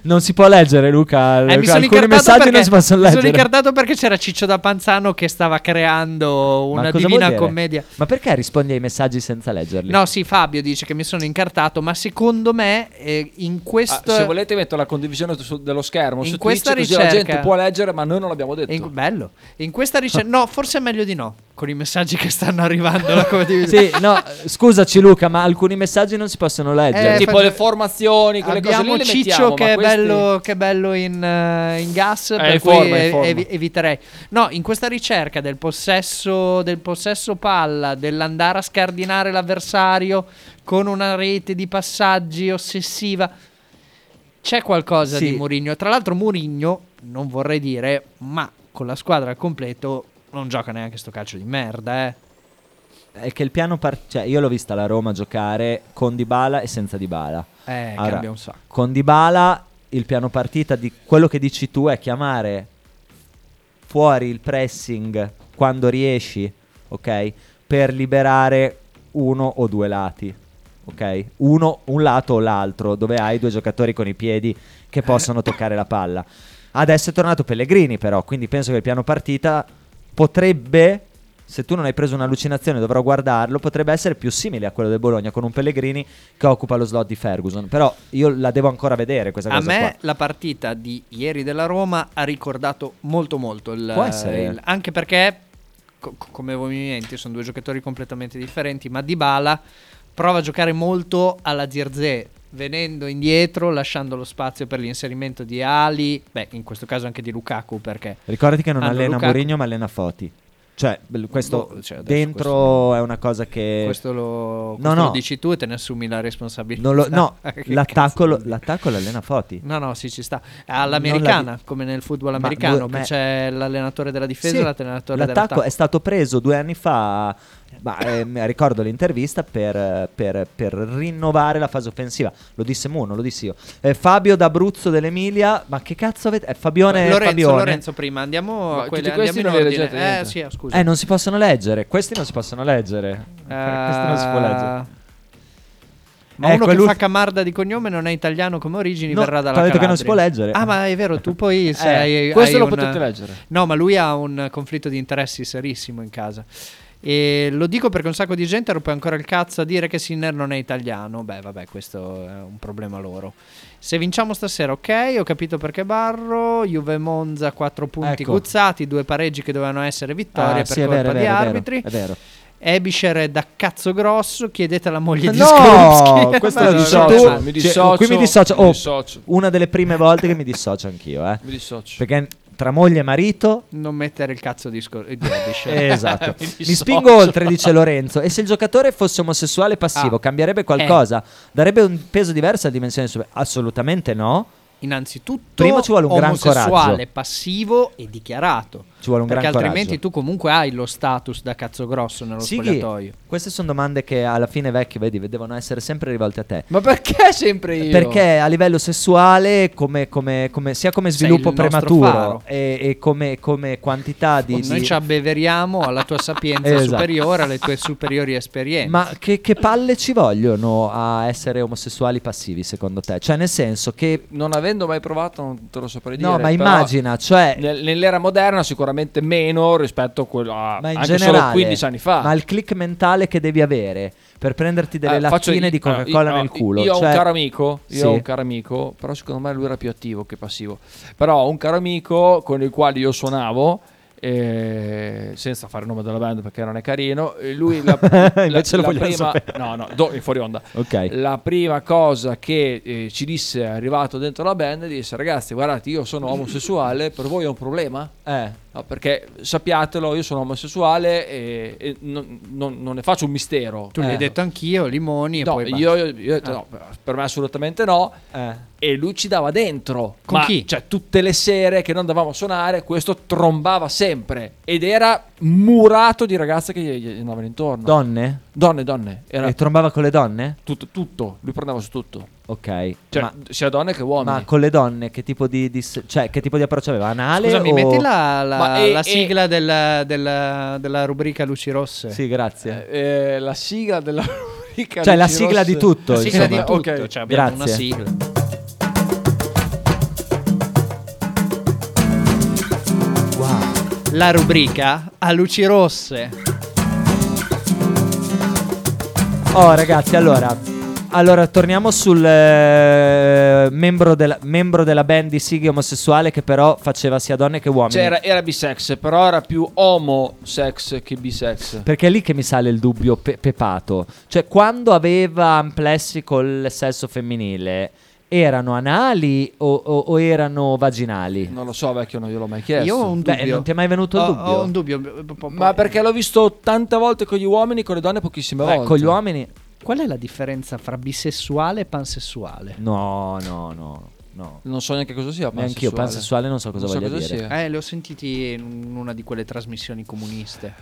non si può leggere, Luca. Eh, mi sono Alcuni incartato messaggi perché- non si possono mi leggere. sono incartato perché c'era Ciccio da Panzano che stava creando Ma una cosa vuol divina dire? commedia. Ma perché rispondi ai messaggi senza leggerli? No, sì, Fabio dice che mi sono incartato, ma secondo me eh, in Ah, questo. se volete metto la condivisione su- dello schermo In su questa Twitch, così la ricerca- gente può leggere, ma noi non l'abbiamo detto. In- bello. In questa ricerca. no, forse è meglio di no. Con i messaggi che stanno arrivando. la condivisione. Sì, no, scusaci Luca, ma alcuni messaggi non si possono leggere. Eh, tipo faccio- le formazioni, quelle Abbiamo cose lì le Ciccio mettiamo, che ma è, questi- bello, che è bello in, eh, in gas, per in cui forma, in ev- forma. evi- eviterei. No, in questa ricerca del possesso, del possesso palla, dell'andare a scardinare l'avversario con una rete di passaggi ossessiva, c'è qualcosa Sì. di Mourinho. Tra l'altro Mourinho, non vorrei dire, ma con la squadra al completo non gioca neanche sto calcio di merda, eh. È che il piano par- cioè, io l'ho vista la Roma giocare con Dybala e senza Dybala. Eh, Allora, cambia un sacco. Con Dybala il piano partita di quello che dici tu è chiamare fuori il pressing quando riesci, ok? Per liberare uno o due lati. Ok? Uno, un lato o l'altro, dove hai due giocatori con i piedi che Eh. possono toccare la palla. Adesso è tornato Pellegrini, però, quindi penso che il piano partita potrebbe, se tu non hai preso un'allucinazione, dovrò guardarlo, potrebbe essere più simile a quello del Bologna con un Pellegrini che occupa lo slot di Ferguson. Però io la devo ancora vedere questa A cosa me qua. la partita di ieri della Roma ha ricordato molto molto il, Può essere. il- anche perché co- co- come movimenti, sono due giocatori completamente differenti, ma Dybala prova a giocare molto alla Zirze, venendo indietro, lasciando lo spazio per l'inserimento di Ali, beh, in questo caso anche di Lukaku perché Ricordati che non hanno allena Lukaku- Mourinho, ma allena Foti. Cioè, bel- questo Boh, cioè, adesso dentro è una cosa che. Questo lo, questo no, lo no, dici tu e te ne assumi la responsabilità. non lo- no, Che l'attacco, lo- l'attacco lo allena Foti. No, no, sì, ci sta. All'americana, Non la- come nel football Ma americano, due- che ma- c'è l'allenatore della difesa Sì, e l'allenatore l'attacco dell'attacco. è stato preso due anni fa. ma, ehm, ricordo l'intervista per, per- per rinnovare la fase offensiva. Lo disse Mu, non lo dissi io. Eh, Fabio d'Abruzzo dell'Emilia. Ma che cazzo avete? eh, Fabione, Lorenzo, Fabione. Lorenzo, prima andiamo a Ma quelle, tutti questi andiamo non in li ordine. leggete, Eh, niente. sì, ah, scusa. Eh, Eh, non si possono leggere. Questi non si possono leggere. Questi non si può leggere. Ma Eh, uno che quell'ul- fa Camarda di cognome non è italiano come origini, No, verrà dalla t'ho detto che non Calabria. si può leggere. Eh, Ah, ma è vero, tu poi sei. questo hai lo un- potete leggere. No, ma lui ha un conflitto di interessi serissimo in casa. E lo dico perché un sacco di gente rompe ancora il cazzo a dire che Sinner non è italiano. Beh, vabbè, questo è un problema loro. Se vinciamo stasera, ok, ho capito perché Barro. Juve Monza 4 punti Ecco. guzzati, due pareggi che dovevano essere vittorie per Ah, sì, è colpa vero, è di vero, è vero, arbitri. è vero. Ebischer è da cazzo grosso, chiedete alla moglie di No, Skorupski. questo Ma lo no, dici no, tu. no. Cioè, qui mi dissocio. Oh, Una delle prime volte che mi dissocio anch'io. Eh. Mi dissocio. Perché tra moglie e marito. Non mettere il cazzo di, Scor- di Ebischer. Esatto. Mi, Cioè, dissocio. spingo oltre, dice Lorenzo. E se il giocatore fosse omosessuale passivo, Ah. cambierebbe qualcosa? Darebbe un peso diverso alla dimensione sub- Assolutamente no. Innanzitutto, Prima ci vuole un gran omosessuale, coraggio. passivo e dichiarato. Ci vuole un perché gran coraggio. altrimenti tu comunque hai lo status da cazzo grosso nello Sighi, spogliatoio. queste sono domande che alla fine vecchie, vedi, devono essere sempre rivolte a te. Ma perché sempre io? Perché a livello sessuale, come, come- come- sia come Sei sviluppo il nostro faro. prematuro e, e come, come quantità di... Noi di- ci abbeveriamo alla tua sapienza Esatto. superiore, alle tue superiori esperienze. Ma che, che palle ci vogliono a essere omosessuali passivi, secondo te? Cioè, nel senso che... Non avendo mai provato, non te lo saprei dire. No, ma però immagina, cioè... nel- nell'era moderna, sicuramente meno rispetto a quello a Ma in anche generale, solo 15 anni fa. Ma il click mentale che devi avere per prenderti delle Eh, faccio lattine io- di allora, Coca-Cola io- nel culo. Io ho cioè- un caro amico, io Sì. ho un caro amico, però secondo me lui era più attivo che passivo. Però ho un caro amico con il quale io suonavo eh, senza fare il nome della band perché non è carino, e lui la, la- Invece lo la vogliamo prima sapere. no, no, do- fuori onda. Ok. La prima cosa che eh, ci disse è arrivato dentro la band disse "Ragazzi, guardate, io sono omosessuale, per voi è un problema?" Eh, No, perché sappiatelo, io sono omosessuale e, e non, non- non ne faccio un mistero. Tu l'hai Eh. detto anch'io, limoni e No, poi... io, io- io ho Eh. detto no, per me assolutamente no. E lui ci dava dentro. Con Ma, chi? Cioè, tutte le sere che non davamo a suonare, questo trombava sempre. Ed era murato di ragazze che gli, gli andavano intorno. Donne? Donne, donne. Era E trombava con le donne? tutto, tutto. Lui prendeva su tutto. Ok. Cioè, ma... sia donne che uomini. ma con le donne che tipo di, di se- cioè, che tipo di approccio aveva? Anale Scusami, o... metti la, la- Ma e- la e- sigla della, della- della rubrica Luci Rosse. Sì, grazie. Eh, la sigla della rubrica. Cioè, la Luci sigla di Rosse. tutto, La sigla di insomma. tutto, Ok. cioè abbiamo una Grazie. sigla. La rubrica a luci rosse. Oh, ragazzi, allora. Allora, torniamo sul eh, membro, della, membro della band di Sighi omosessuale che però faceva sia donne che uomini. Cioè, era, era bisex, però era più homosex che bisex. Perché è lì che mi sale il dubbio pe- pepato. Cioè, quando aveva amplessi col sesso femminile, erano anali o, o- o erano vaginali? Non lo so, vecchio, non gliel'ho mai chiesto. Io ho un Beh, dubbio. non ti è mai venuto il Ho- dubbio? Ho un dubbio. Ma perché l'ho visto 80 volte con gli uomini, con le donne pochissime volte. Eh, con gli uomini? Qual è la differenza fra bisessuale e pansessuale? No, no, no, no. Non so neanche cosa sia. Neanch'io, pansessuale non so cosa voglia dire. Eh, le ho sentiti in una di quelle trasmissioni comuniste.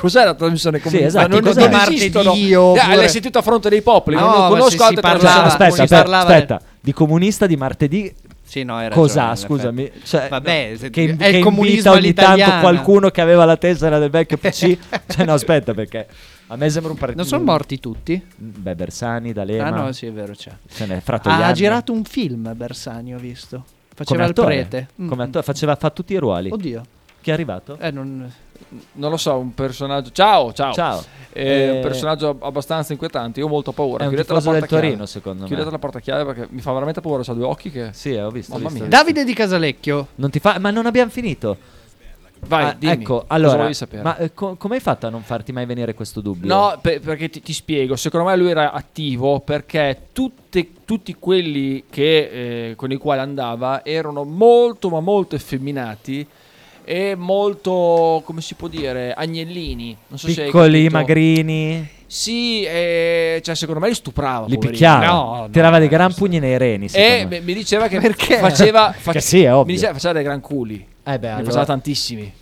Cos'è la trasmissione comunista? esatto, Eh, non, cos'è? non Martedì esistono. oppure- Eh, l'hai sentito a fronte dei popoli. No, non ma non se conosco si altre parlava- trasmissioni. Cioè, aspetta, si aspetta, parlava del- aspetta. di comunista di martedì. Sì, no, hai ragione, in Cos'ha, effetti. scusami? Cioè, Vabbè, se- che, è il che comunismo invita ogni all'italiana. tanto qualcuno che aveva la tessera del vecchio PC. cioè, no, aspetta, perché a me sembra un partito. Non sono morti tutti? Beh, Bersani, D'Alema. Ah, no, sì, è vero, c'è. Ah, Ce n'è fratto Eh, gli Ha anni. girato un film Bersani, ho visto. Faceva Come il attore. prete. Mm. Come attore, faceva fa tutti i ruoli. Oddio. Chi è arrivato? Eh, non... Non lo so, un personaggio. Ciao, ciao. Ciao. Eh, Eh, Un personaggio abbastanza inquietante. Io ho molto paura. È un Chiudete la tifoso porta del chiave. Torino, secondo me. Chiudete la porta chiave perché mi fa veramente paura. Sa due occhi che. Sì, eh, ho visto. Mamma ho visto, mia. ho visto. Davide di Casalecchio. Non ti fa, ma non abbiamo finito. Vai, Ah, dimmi, ecco, cosa allora, volevi sapere? ma eh, co- come hai fatto a non farti mai venire questo dubbio? No, per- perché ti, ti spiego, secondo me lui era attivo perché tutte- tutti quelli che, eh, con i quali andava erano molto ma molto effeminati e molto, come si può dire, agnellini. Non so se hai Piccoli, capito. magrini, Sì, eh, cioè secondo me li stuprava. li poverino. picchiava, No, no. Eh, tirava dei gran pugni nei reni. E secondo me. mi- mi diceva che Perché? faceva, fac- Che sì, è ovvio. mi diceva che faceva dei gran culi. Eh beh, ne allora- faceva tantissimi.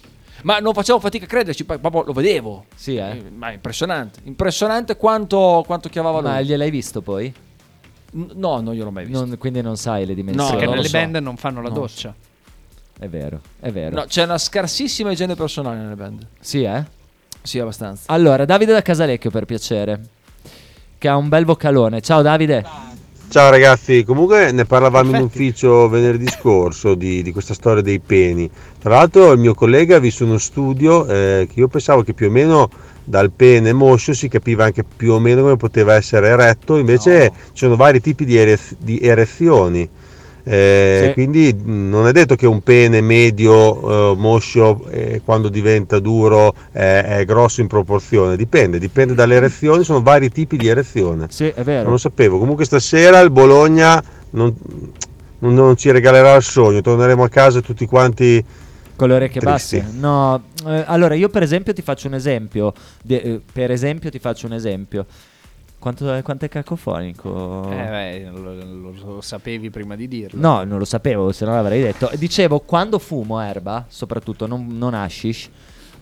Ma non facevo fatica a crederci, poi proprio lo vedevo. Sì, eh. Ma impressionante, impressionante quanto, quanto chiamava lui. Ma gliel'hai visto poi? No, non gliel'ho mai visto. Non- quindi non sai le dimensioni. perché non lo nelle so. band non fanno la No. doccia. È vero, è vero. No, c'è una scarsissima igiene personale nelle band. Sì, eh? Sì, abbastanza. Allora, Davide da Casalecchio, per piacere, che ha un bel vocalone. Ciao, Davide. Ciao ragazzi, comunque ne parlavamo in ufficio venerdì scorso di, di questa storia dei peni. Tra l'altro il mio collega ha visto uno studio eh, che io pensavo che più o meno dal pene moscio si capiva anche più o meno come poteva essere eretto, invece ci sono vari tipi di, erez- di erezioni. Eh, Sì. Quindi mh, non è detto che un pene medio eh, moscio eh, quando diventa duro eh, è grosso in proporzione, dipende, dipende dalle erezioni, sono vari tipi di erezione. Sì, è vero. Eh, Non lo sapevo. Comunque stasera il Bologna non, non- non ci regalerà il sogno. Torneremo a casa tutti quanti. Con le orecchie Tristi. basse. No, eh, allora io per esempio ti faccio un esempio. De- eh, per esempio ti faccio un esempio. Quanto, eh, quanto è cacofonico? Eh, beh, lo, lo- lo sapevi prima di dirlo. No, non lo sapevo, se non l'avrei detto. Dicevo, quando fumo erba, soprattutto non, non hashish,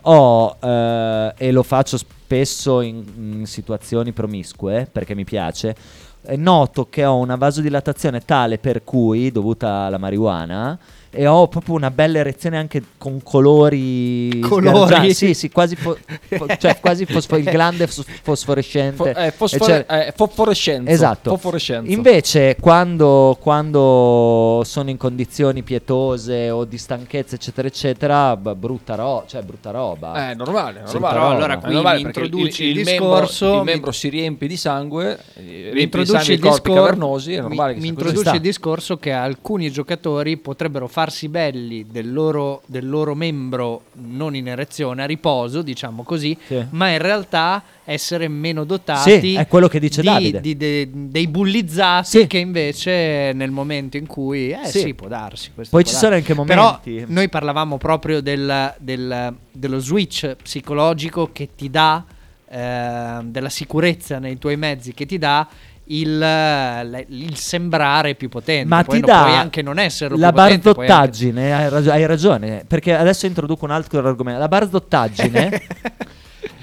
ho, eh, e lo faccio spesso in, in situazioni promiscue, perché mi piace, eh, noto che ho una vasodilatazione tale per cui, dovuta alla marijuana, e ho proprio una bella erezione anche con colori... Colori? sgargianti. Sì, sì, quasi, fo- fo- cioè quasi fosfo- il glande fos- fosforescente. Fo- eh, fosfore- eccetera. eh, fosforescenzo. Esatto. Fosforescenzo. Invece, quando, quando sono in condizioni pietose o di stanchezza, eccetera, eccetera, b- brutta, ro- cioè, brutta roba. Eh, normale, Sì, normale. però allora qui È normale mi perché introduci il membro- discorso- il membro si riempie di sangue, eh, riempie Mi di introduce sangue il i corpi discor- cavernosi, è normale mi, che mi sia così. introduce il discorso che alcuni giocatori potrebbero farsi belli del loro, del loro membro non in erezione, a riposo, diciamo così, Sì. ma in realtà essere meno dotati Sì, è quello che dice di- Davide. di- de- dei bullizzati che invece nel momento in cui eh Sì. sì, può darsi questo Poi può ci darsi. sono anche momenti- però noi parlavamo proprio del- del- dello switch psicologico che ti dà ehm, della sicurezza nei tuoi mezzi che ti dà il, eh, il sembrare più potente Ma Poi ti no- dà puoi anche non esserlo la più potente, puoi anche- barzottaggine, hai, ragio- hai ragione, perché adesso introduco un altro argomento. La barzottaggine, Eh,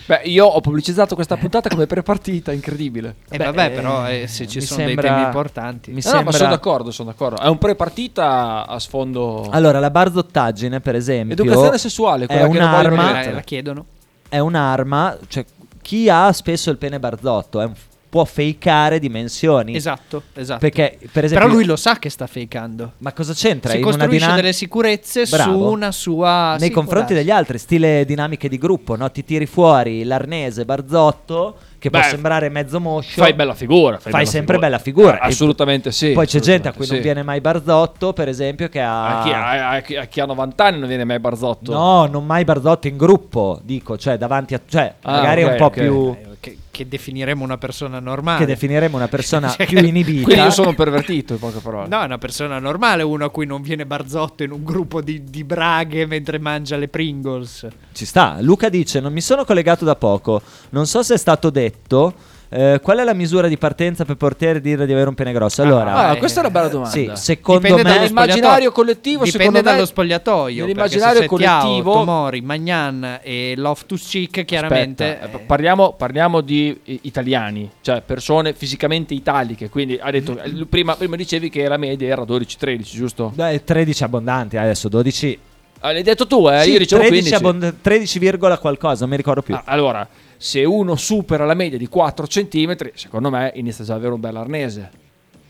Beh, io ho pubblicizzato questa puntata come prepartita, incredibile. Eh, vabbè, però, eh, se ci mi sono dei sembra- temi importanti. mi Eh, No, no, ma sembra- sono d'accordo, sono d'accordo. È un prepartita a sfondo allora la barzottaggine, per esempio, Educazione sessuale, è quella che non vogliono un'arma, mettere. Eh, la chiedono. È un'arma, cioè chi ha spesso il pene barzotto è un- può fakeare dimensioni. Esatto, esatto. Perché, per esempio, Però lui lo sa che sta fakeando. Ma cosa c'entra? Si In una costruisce dinam- delle sicurezze Bravo. su una sua... nei sì, confronti può darsi. degli altri, stile dinamiche di gruppo, no? Ti tiri fuori l'arnese barzotto che può Eh, Beh, sembrare mezzo moscio. fai bella figura, fai Fai, bella sempre figura. bella figura. Ah, assolutamente sì, Poi c'è gente a assolutamente cui sì. non viene mai barzotto, per esempio, che ha A chi, a- a chi- a chi ha 90 anni non viene mai barzotto. No, non mai barzotto in gruppo, dico, cioè davanti a cioè Ah, magari è un ok, po' ok. più Eh, Che, che definiremo una persona normale. che definiremo una persona Cioè, più inibita. quindi io sono un pervertito in poche parole. No, è una persona normale, uno a cui non viene barzotto in un gruppo di, di braghe mentre mangia le Pringles. Ci sta. Luca dice: Non mi sono collegato da poco. Non so se è stato detto. eh, qual è la misura di partenza per poter dire di avere un pene grosso? Allora, Ah, eh, questa è una bella domanda. Sì, secondo Dipende me dallo Nell'immaginario spogliatoio. collettivo, Dipende secondo me- dallo spogliatoio. nell'immaginario perché se sentiamo collettivo- Tomori, Magnan e Loftus Cheek, chiaramente. Aspetta, eh, parliamo, parliamo di eh, italiani, cioè persone fisicamente italiche. Quindi ha Mm. detto, eh, prima, prima dicevi che la media era 12-13, giusto? Dai, 13 abbondanti, eh, adesso 12. Ah, L'hai detto tu, eh? Sì, Io dicevo 13, 15. abbond- 13 virgola qualcosa, non mi ricordo più. Ah, allora, se uno supera la media di 4 cm, secondo me inizia già ad avere un bel arnese.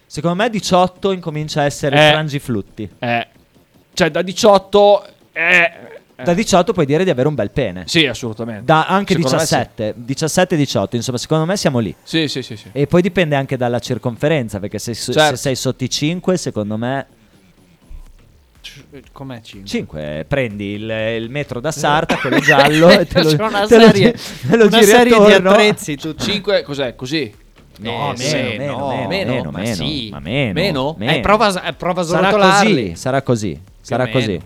Secondo me 18 incomincia a essere Eh. frangiflutti. Eh. Cioè, da 18... Eh, eh. Da 18 puoi dire di avere un bel pene. Sì, assolutamente. Da anche Secondo me sì. 17, 17-18, insomma, secondo me siamo lì. Sì, sì, sì. sì. E poi dipende anche dalla circonferenza, perché se, se Certo. sei sotto i 5, secondo me Eh, Com'è 5? 5, prendi il, il metro da sarta, quello giallo, e te lo, C'è una te lo gi- serie- te lo una giri serie di attorno. attrezzi, Su 5 cos'è? Così? No, meno, meno, meno, meno, ma meno, sì. ma meno, Meno? meno. Eh, prova a- eh, prova a sarà srotolarli. così, Eh, sarà così, sarà meno. così.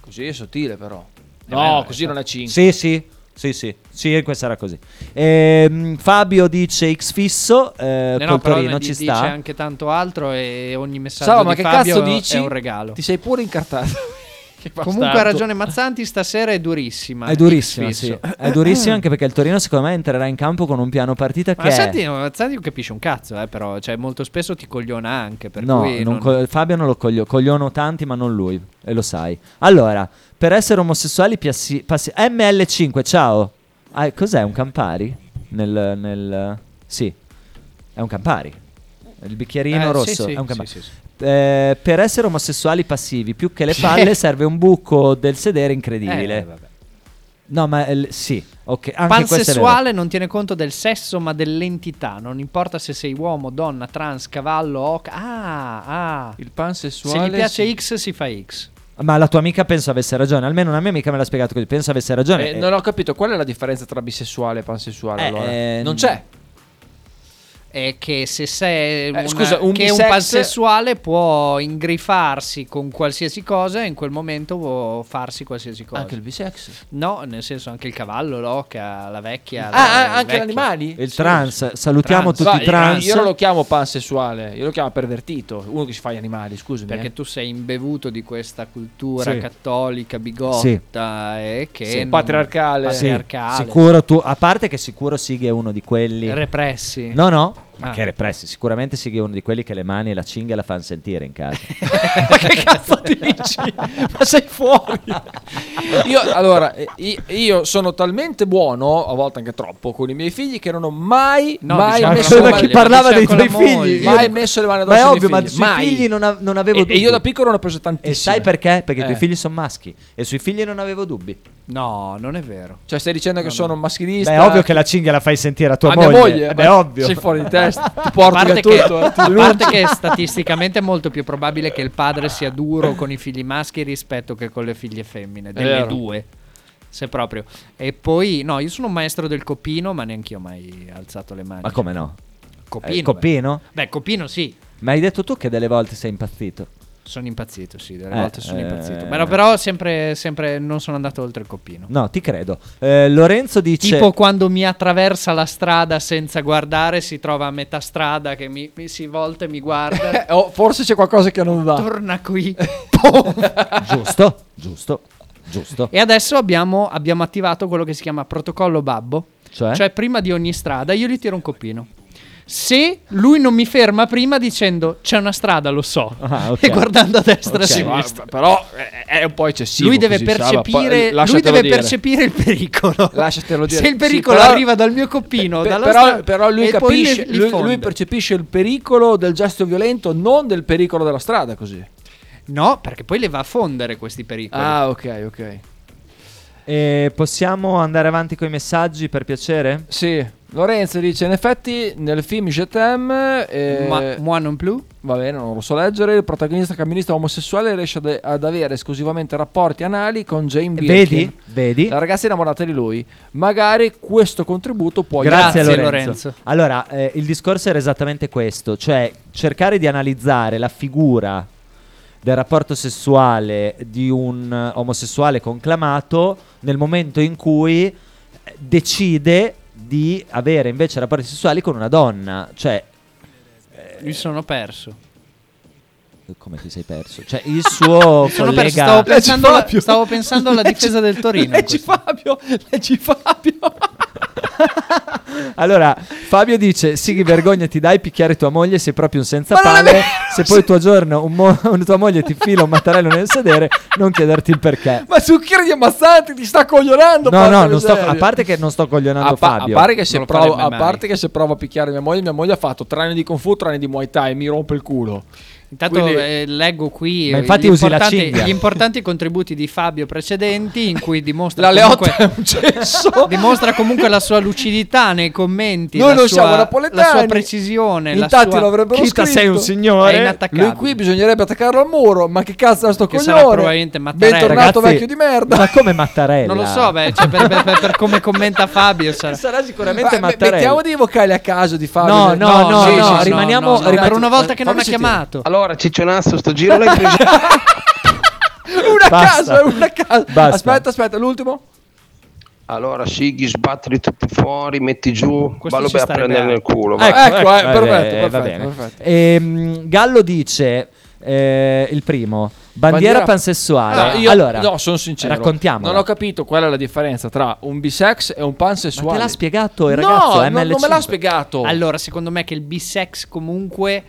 Così è sottile però. Eh, beh, No, beh, cioè, così non è 5. Sì, sì, sì, sì, sì, que- sarà così. Ehm, Fabio dice X fisso, eh, No, col no, però Torino di- ci dice sta. anche tanto altro e ogni messaggio Sava, di ma che Fabio cazzo dici? è un regalo. Ti sei pure incartato. Che Comunque bastardo. ha ragione Mazzanti, stasera è durissima. eh, È durissima, X sì. fisso. È durissima anche perché il Torino secondo me entrerà in campo con un piano partita Ma che è- Mazzanti, Mazzanti non capisce un cazzo, eh, però cioè, molto spesso ti cogliona anche. Per No, cui non non- co- Fabio non lo coglio, cogliono tanti, ma non lui, e lo sai. Allora, per essere omosessuali, piassi- passi- ML5, ciao. Ah, cos'è un Campari? Nel, nel- Sì, è un Campari. Il bicchierino Eh, rosso sì, sì, è un Campari. sì, sì, sì. Eh, per essere omosessuali passivi, più che le palle, serve un buco del sedere incredibile. Eh, vabbè. no, ma eh, l- sì, ok. Anche questo è vero. Pansessuale non tiene conto del sesso ma dell'entità, non importa se sei uomo, donna, trans, cavallo, oca. Ah, ah. Il pansessuale Se gli piace si- X si fa X. Ma la tua amica penso avesse ragione. Almeno una mia amica me l'ha spiegato così. Penso avesse ragione. Eh, Eh, non ho capito qual è la differenza tra bisessuale e pansessuale Eh, allora? ehm, Non c'è. È che se Eh, sei una- scusa, un che un bisex- pansessuale può ingrifarsi con qualsiasi cosa e in quel momento può farsi qualsiasi cosa. Anche il bisex? No, nel senso anche il cavallo, l'oca, la vecchia. Ah, la- ah, anche il gli vecchio. animali? eh, Il trans, salutiamo Trans. tutti Va, i trans. Io non lo chiamo pansessuale, io lo chiamo pervertito, uno che si fa gli animali, scusami. Perché eh. tu sei imbevuto di questa cultura Sì. cattolica, bigotta e che Sì, non- patriarcale. Sì, patriarcale. sicuro tu, a parte che sicuro Sighi è uno di quelli Repressi. No, no, ma Ah. che repressi? Sicuramente Sighi è uno di quelli che le mani e la cinghia la fanno sentire in casa. Ma che cazzo dici? Ma sei fuori? Io, allora, eh, i- io sono talmente buono, a volte anche troppo, con i miei figli che non ho mai, No, mai diciamo messo con le la mani moglie, parlava dei con la tuoi figli. moglie. Io- Mai messo le mani Ma è addosso ai miei ovvio, ma figli, sui mai. figli non av- non avevo e, E dubbi. io da piccolo non ho preso tantissimo. e sai perché? Perché i tuoi Eh. figli sono maschi e sui figli non avevo dubbi. No, non è vero. Cioè stai dicendo che sono un Beh, maschilista? è ovvio che la cinghia la fai sentire a tua A mia moglie. moglie, Eh, ma Beh, è ovvio. sei fuori di testa, ti A porto parte, via che, tutto, eh, ti a parte denuncio. che statisticamente è molto più probabile che il padre sia duro con i figli maschi rispetto che con le figlie femmine, delle vero. due. Se proprio. E poi, no, io sono un maestro del copino, ma neanch'io ho mai alzato le mani. Ma come no? Copino. Eh, copino? Beh. Beh, copino sì. Ma hai detto tu che delle volte sei impazzito. Sono impazzito, sì, delle Eh, volte sono eh, impazzito. Però, però sempre, sempre non sono andato oltre il copino. No, ti credo. Eh, Lorenzo dice Tipo quando mi attraversa la strada senza guardare, si trova a metà strada che mi, mi si volta e mi guarda. Oh, forse c'è qualcosa che non va. Torna qui. giusto, giusto, giusto. E adesso abbiamo, abbiamo attivato quello che si chiama protocollo babbo. Cioè? prima di ogni strada io gli tiro un copino. Se lui non mi ferma prima dicendo c'è una strada, lo so. Ah, ok. E guardando a destra e Ok, a sinistra. ma- però eh, è un po' eccessivo. lui deve così, Sava, poi- eh, percepire, lui lasciatelo deve dire. percepire il pericolo. Lasciatelo dire. Se il Sì, pericolo però- arriva dal mio copino, Pe- dalla però, strada- però lui e poi li- capisce, li lui, fonde. lui percepisce il pericolo del gesto violento, non del pericolo della strada, così. No, perché poi le va a fondere questi pericoli. Ah, ok, ok. Eh, possiamo andare avanti con i messaggi per piacere? Sì, Lorenzo dice: In effetti, nel film Je t'aime, eh, Ma- moi non plus. Va bene, non lo so leggere. Il protagonista camminista omosessuale riesce ad, ad avere esclusivamente rapporti anali con Jane Birkin. Vedi? Vedi? La ragazza è innamorata di lui. Magari questo contributo può Grazie, aiutare. Lorenzo. Allora, eh, il discorso era esattamente questo, cioè cercare di analizzare la figura del rapporto sessuale di un eh, omosessuale conclamato nel momento in cui eh, decide di avere invece rapporti sessuali con una donna, cioè Mi sono perso. come ti sei perso? Cioè il suo Sono perso, stavo collega pensando, alla, stavo pensando alla difesa del Torino. Leggi Fabio, leggi Fabio. Allora, Fabio dice: Sighi, vergognati, dai, picchiare tua moglie. Sei proprio un senza palle. Se poi tuo giorno un mo- tua moglie ti fila un mattarello nel sedere, non chiederti il perché. Ma Zuccheri e Mazzanti ti sta coglionando. Eh. No, porca no, non sto- miseria. a parte che non sto coglionando a, pa- Fabio. a parte che se Non lo provo, farebbe a mai. parte che se provo a picchiare mia moglie, mia moglie ha fatto tre anni di Kung Fu, tre anni di Muay Thai, mi rompe il culo. Intanto Quindi- eh, leggo qui Ma eh, infatti gli, usi la importanti, cinghia. gli importanti contributi di Fabio precedenti in cui dimostra, La Leotta comunque, dimostra comunque la sua lucidità nei commenti, Noi la, non sua, siamo napoletani. la sua precisione. In la tanti sua... lo avrebbero Chita, scritto. sei un signore. È inattaccabile. Eh, Lui qui bisognerebbe attaccarlo al muro. Ma che cazzo è sto Che sarà coglione? probabilmente Mattarella. Bentornato Ragazzi, vecchio di merda. Ma come Mattarella? Non lo so, beh, cioè, per, per- per- per come commenta Fabio sarà, sicuramente Ma- Mettiamo dei vocali a caso di Fabio. No, no, no, sì, no, sì, sì, no, rimaniamo- no, rimaniamo- dai, Per una volta che non fammi ha sentire. chiamato. Allora, ciccionasso, sto giro l'hai preso. Una Basta. casa, una casa. Basta. Aspetta, aspetta, l'ultimo. Allora, Shiggy, sbattili tutti fuori, metti giù, Questo vallo ci per a starebbe prendere anche. nel culo. Ecco, va. ecco, eh, Vabbè, perfetto, eh, perfetto, va bene. perfetto. Ehm, Gallo dice eh, il primo bandiera, pansessuale. Ah, No, io- allora, no, sono sincero. Raccontiamo. Non ho capito qual è la differenza tra un bisex e un pansessuale. te l'ha spiegato il No, ragazzo, non- non me ML5. l'ha spiegato. Allora, secondo me che il bisex comunque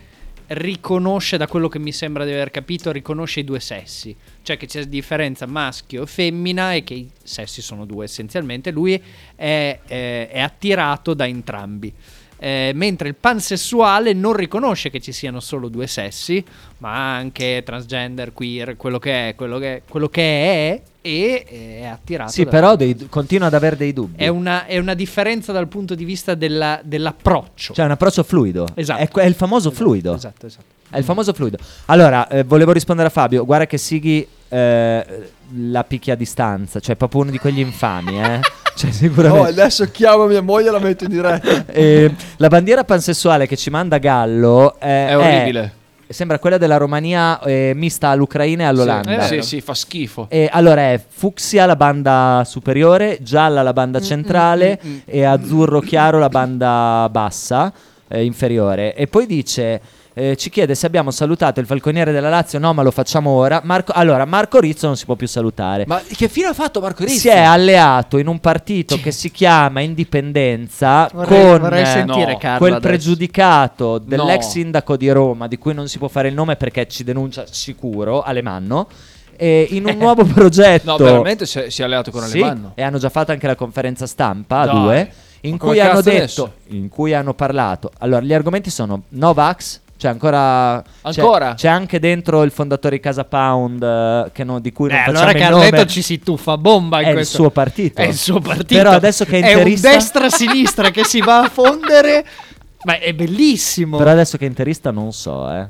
riconosce, da quello che mi sembra di aver capito, riconosce i due sessi. Cioè che c'è differenza maschio e femmina e che i sessi sono due essenzialmente. Lui è, eh, è attirato da entrambi. Eh, mentre il pansessuale non riconosce che ci siano solo due sessi, ma anche transgender, queer, quello che è, quello che, quello che è, e eh, è attirato. Sì, da- però dei- continua ad avere dei dubbi. è una, è una differenza dal punto di vista della- dell'approccio. Cioè, un approccio fluido. Esatto. È, que- è il famoso fluido. Esatto, esatto. È il famoso fluido. Allora, eh, volevo rispondere a Fabio. Guarda che Sighi eh, la picchia a distanza. Cioè, è proprio uno di quegli infami, eh. Cioè, Oh, sicuramente. adesso chiamo mia moglie e la metto in diretta. Eh, la bandiera pansessuale che ci manda Gallo eh, È orribile. Sembra quella della Romania eh, mista all'Ucraina e all'Olanda. Sì, sì, fa schifo. E allora è fucsia la banda superiore, gialla la banda centrale e azzurro chiaro la banda bassa, eh, inferiore. E poi dice, eh, ci chiede se abbiamo salutato il falconiere della Lazio, no ma lo facciamo ora. Marco, allora Marco Rizzo non si può più salutare. Ma che fine ha fatto Marco Rizzo? Si è alleato in un partito che si chiama Indipendenza Vorrei- con vorrei eh, sentire Carlo quel adesso. pregiudicato dell'ex No. sindaco di Roma, di cui non si può fare il nome perché ci denuncia sicuro, Alemanno, e in un nuovo progetto. No, veramente si è, si è alleato con Sì, Alemanno. e hanno già fatto anche la conferenza stampa a Dai, due, ma in come cui hanno cazzo detto, adesso? in cui hanno parlato. Allora, gli argomenti sono Novax, c'è ancora... c'è- Ancora? C'è, anche dentro il fondatore di Casa Pound, eh, che no- di cui non Eh, facciamo allora il nome. Carletto ci si tuffa a bomba in È il questo. suo partito. È il suo partito. Però adesso che è interista- È un destra-sinistra che si va a fondere. Ma è bellissimo. Però adesso che è interista non so, eh.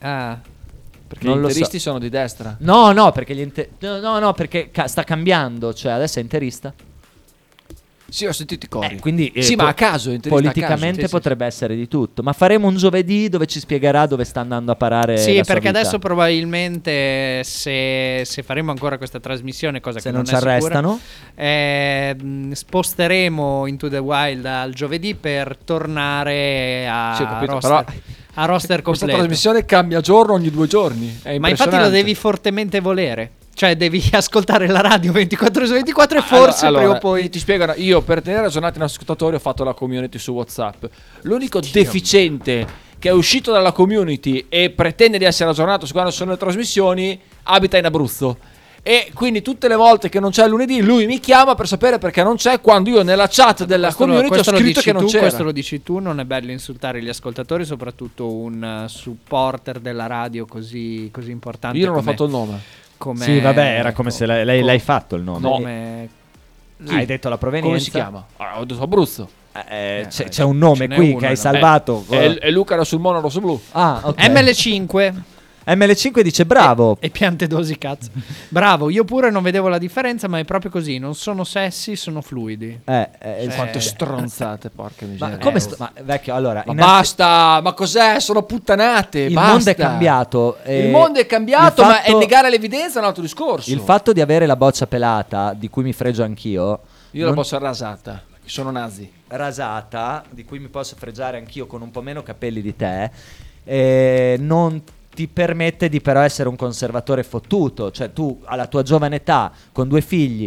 Ah, Perché non gli lo interisti so. sono di destra. No, no, perché gli inte- no, no, no, perché ca- sta cambiando, cioè adesso è interista. Sì, ho sentito i cori. Quindi eh, sì, ma po- a caso, interista a caso. politicamente Sì, sì, potrebbe essere di tutto, ma faremo un giovedì dove ci spiegherà dove sta andando a parare Eh, sì, la sua perché vita. adesso probabilmente se, se faremo ancora questa trasmissione, cosa che Se non non, ci è sicura, arrestano. ehm, sposteremo Into the Wild al giovedì per tornare a, Sì, ho capito, roster, però- a roster Questa completo. trasmissione cambia giorno ogni due giorni. È Ma infatti lo impressionante. devi fortemente volere. Cioè, devi ascoltare la radio 24 su 24 e forse Allora, prima o allora, poi. Ti spiegano, io per tenere aggiornati i nostri ascoltatori ho fatto la community su WhatsApp. L'unico deficiente che è uscito dalla community e pretende di essere aggiornato su quando sono le trasmissioni abita in Abruzzo. E quindi tutte le volte che non c'è il lunedì lui mi chiama per sapere perché non c'è quando io nella chat della Questo lo- community questo ho lo scritto dici che non tu, c'era. Questo lo dici tu, non è bello insultare gli ascoltatori, soprattutto un eh, supporter della radio così, così importante. Io non ho come- fatto il nome. Come, Sì, vabbè, era come se lei, lei- co- l'hai fatto il nome. Ah, No. come- Chi? Hai detto la provenienza. Come si chiama? Allora, ho detto Abruzzo. Eh, c'è, c'è un nome Ce n'è qui uno, che hai no? salvato. Eh, È, è Luca Rosulmono Rosso Blu. Ah, ok. Eh, ML5 ML5 dice bravo. e piante dosi cazzo. Bravo, io pure non vedevo la differenza, ma è proprio così, non sono sessi, sono fluidi. Eh, eh, Cioè- Quante stronzate, porca miseria. Ma come Eh, sto- ma, vecchio, allora, Ma innanzi- basta, ma cos'è? Sono puttanate. il basta. mondo è cambiato. eh, il mondo è cambiato, il ma è fatto- negare l'evidenza è un altro discorso. Il fatto di avere la boccia pelata, di cui mi fregio anch'io. Io la non- posso rasata. Sono nazi. rasata, di cui mi posso freggiare anch'io con un po' meno capelli di te, eh, non ti permette di però essere un conservatore fottuto, cioè tu alla tua giovane età, con due figli,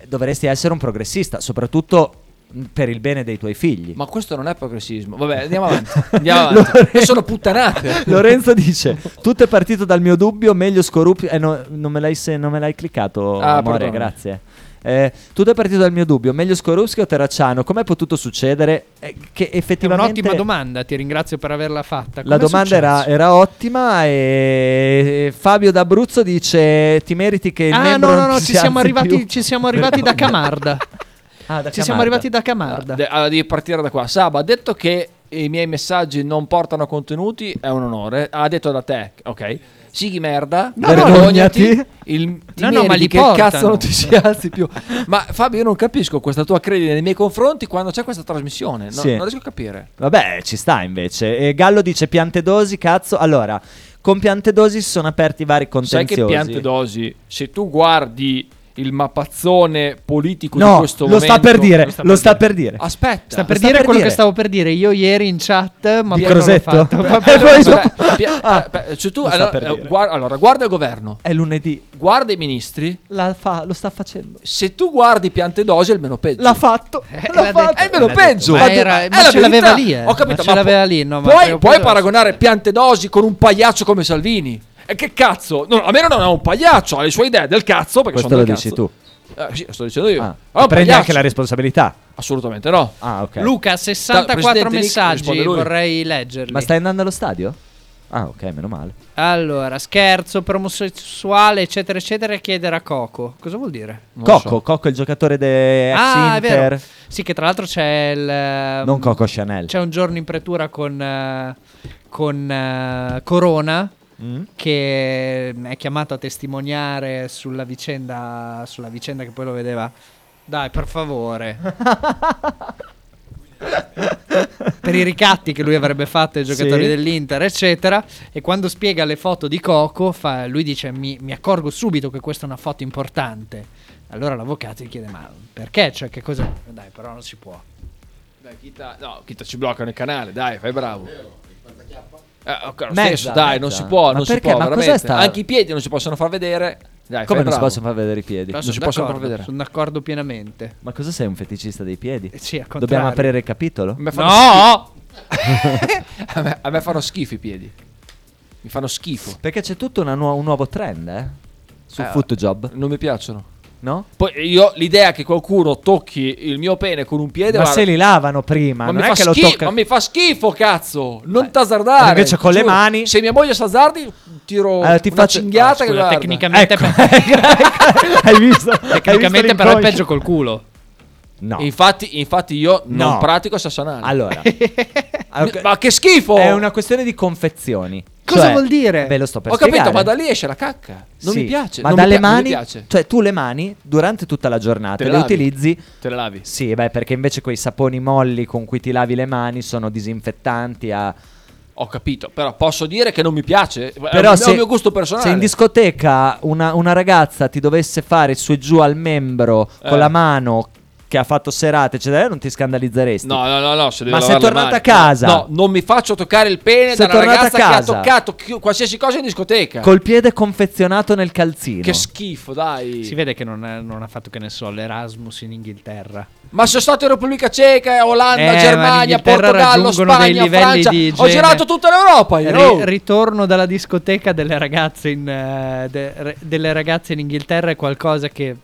eh, dovresti essere un progressista, soprattutto mh, per il bene dei tuoi figli. Ma questo non è progressismo. Vabbè, andiamo avanti. Andiamo avanti. Lorenzo- sono puttanate. Lorenzo dice: Tutto è partito dal mio dubbio, meglio Scorupi. Eh, no, non, me l'hai, se- non me l'hai cliccato, Ah, amore, perdona. grazie. Eh, tutto è partito dal mio dubbio, meglio Skorupski o Terracciano? Com'è potuto succedere? Eh, che È effettivamente... un'ottima domanda, ti ringrazio per averla fatta. La Com'è domanda era, successo? era ottima e Fabio d'Abruzzo dice ti meriti che il Ah, membro no, no, non no, ti ci siamo alzi più." Ah, arrivati, ci siamo arrivati da Camarda. da ci siamo Camarda. arrivati da Camarda. Ah, De- Allora devi partire da qua. Saba ha detto che i miei messaggi non portano contenuti, è un onore. Ha detto da te, ok? Sighi merda, No, no, vergognati. Il, ti No, no, ma meriti li che portano. cazzo non ti si alzi più. Ma Fabio, io non capisco questa tua credine nei miei confronti quando c'è questa trasmissione. No, Sì. Non riesco a capire. Vabbè, ci sta invece. E Gallo dice Piantedosi, cazzo. Allora, con Piantedosi si sono aperti vari Sai contenziosi. che piante dosi, se tu guardi il mappazzone politico di No, questo lo momento sta per dire, lo sta per dire. Aspetta, Sta per Lo sta dire per quello dire. che stavo per dire io ieri in chat, ma Di poi non l'ho Crosetto? fatto. Beh, Ma eh, non- poi dopo- Ah, Beh, pi- eh, beh, se tu- lo sta allora, per eh, dire. guarda, allora, guarda il governo. È lunedì. Guarda i ministri. La fa- lo sta facendo. Se tu guardi piante dosi è il meno peggio. L'ha fatto. l'ha l'ha fatto. detto. È il meno L'ha detto. peggio. Ma, Eh, era- è ma la ce l'aveva verità. lì, eh. Ho capito, ma ce ma l'aveva lì. No, ma prima puoi o poi puoi lo- paragonare piante dosi con un pagliaccio come Salvini? E che cazzo? No, almeno non è un pagliaccio, ha le sue idee del cazzo perché Questo sono lo del dici cazzo. tu. Eh, sì, lo sto dicendo io. Ah, È un prendi pagliaccio. anche la responsabilità. Assolutamente no. Ah, ok. Luca, Presidente 64 Nixon messaggi risponde lui. vorrei leggerli. Ma stai andando allo stadio? Ah, ok, meno male. Allora, scherzo, promosessuale, eccetera, eccetera, chiedere a Coco. Cosa vuol dire? Cocco, Cocco è il giocatore de ex ah, è Inter. vero. Sì, che tra l'altro c'è il... ehm, Non Coco Chanel. C'è un giorno in pretura con, eh, con eh, Corona Mm. che è chiamato a testimoniare sulla vicenda, sulla vicenda che poi lo vedeva. Dai, per favore. per i ricatti che lui avrebbe fatto ai giocatori Sì. dell'Inter, eccetera. E quando spiega le foto di Coco, fa- lui dice: mi, mi accorgo subito che questa è una foto importante. Allora l'avvocato gli chiede: Ma perché? Cioè, che cosa. Dai, però non si può. Dai, Chita, no, Chita ci bloccano il canale, dai, fai bravo. Eh, ok, lo Mezza, stesso, dai, non mezza. si può, Ma non si perché? può, Ma cos'è veramente. sta- Anche i piedi non si possono far vedere. Dai, Come fai non si bravo. possono far vedere i piedi? Però Non si sono possono far d'accordo, vedere. Sono d'accordo pienamente. Ma cosa sei un feticista dei piedi? sì, al contrario. Dobbiamo aprire il capitolo? Mi fanno No! schifo. a, me, a me fanno schifo i piedi. Mi fanno schifo. Perché c'è tutto una nuo- un nuovo trend, eh? Su Eh, Footjob, Non mi piacciono. no? Poi io l'idea che qualcuno tocchi il mio pene con un piede Ma guarda, se li lavano prima, ma non mi è fa che lo schifo, tocca. ma mi fa schifo, cazzo. Non t'azzardare. Invece con le giuro. mani- Se mia moglie s'azzardi, tiro Allora, ti una faccio- cinghiata che Ah, Scusa, guarda. Ecco, tecnicamente, Ecco, è pe- Hai visto? tecnicamente però è peggio col culo. No. Infatti, infatti io No. non pratico sassanale. Allora, Ma che schifo! Ah, è una questione di confezioni. Cosa Cioè, vuol dire? Ve lo sto per Ho capito, spiegare. ma da lì esce la cacca. Non Sì, mi piace. Ma non mi dalle pi- non mi mani, piace. cioè tu le mani durante tutta la giornata Te le le lavi. utilizzi. Te le lavi. Sì, beh, perché invece quei saponi molli con cui ti lavi le mani sono disinfettanti a. Ho capito, però posso dire che non mi piace. Però è un- è se, un mio gusto personale. se in discoteca una, una ragazza ti dovesse fare su e giù al membro Eh. con la mano che ha fatto serate, eccetera, eh, non ti scandalizzeresti. No, no, no, no, se devi Ma sei lavarle tornata male. a casa. No, non mi faccio toccare il pene Sei da una tornata a ragazza che ha casa. toccato chi- qualsiasi cosa in discoteca. Col piede confezionato nel calzino. Che schifo, dai. Si vede che non, è- non ha fatto, che ne so, l'Erasmus in Inghilterra. Ma sono stato in Repubblica Ceca, Olanda, Eh, ma Germania, l'Inghilterra Portogallo, raggiungono dei Spagna, livelli Francia. di Ho igiene. girato tutta l'Europa io. Ri- oh. ritorno dalla discoteca delle ragazze, in, eh, de- re- delle ragazze in Inghilterra è qualcosa che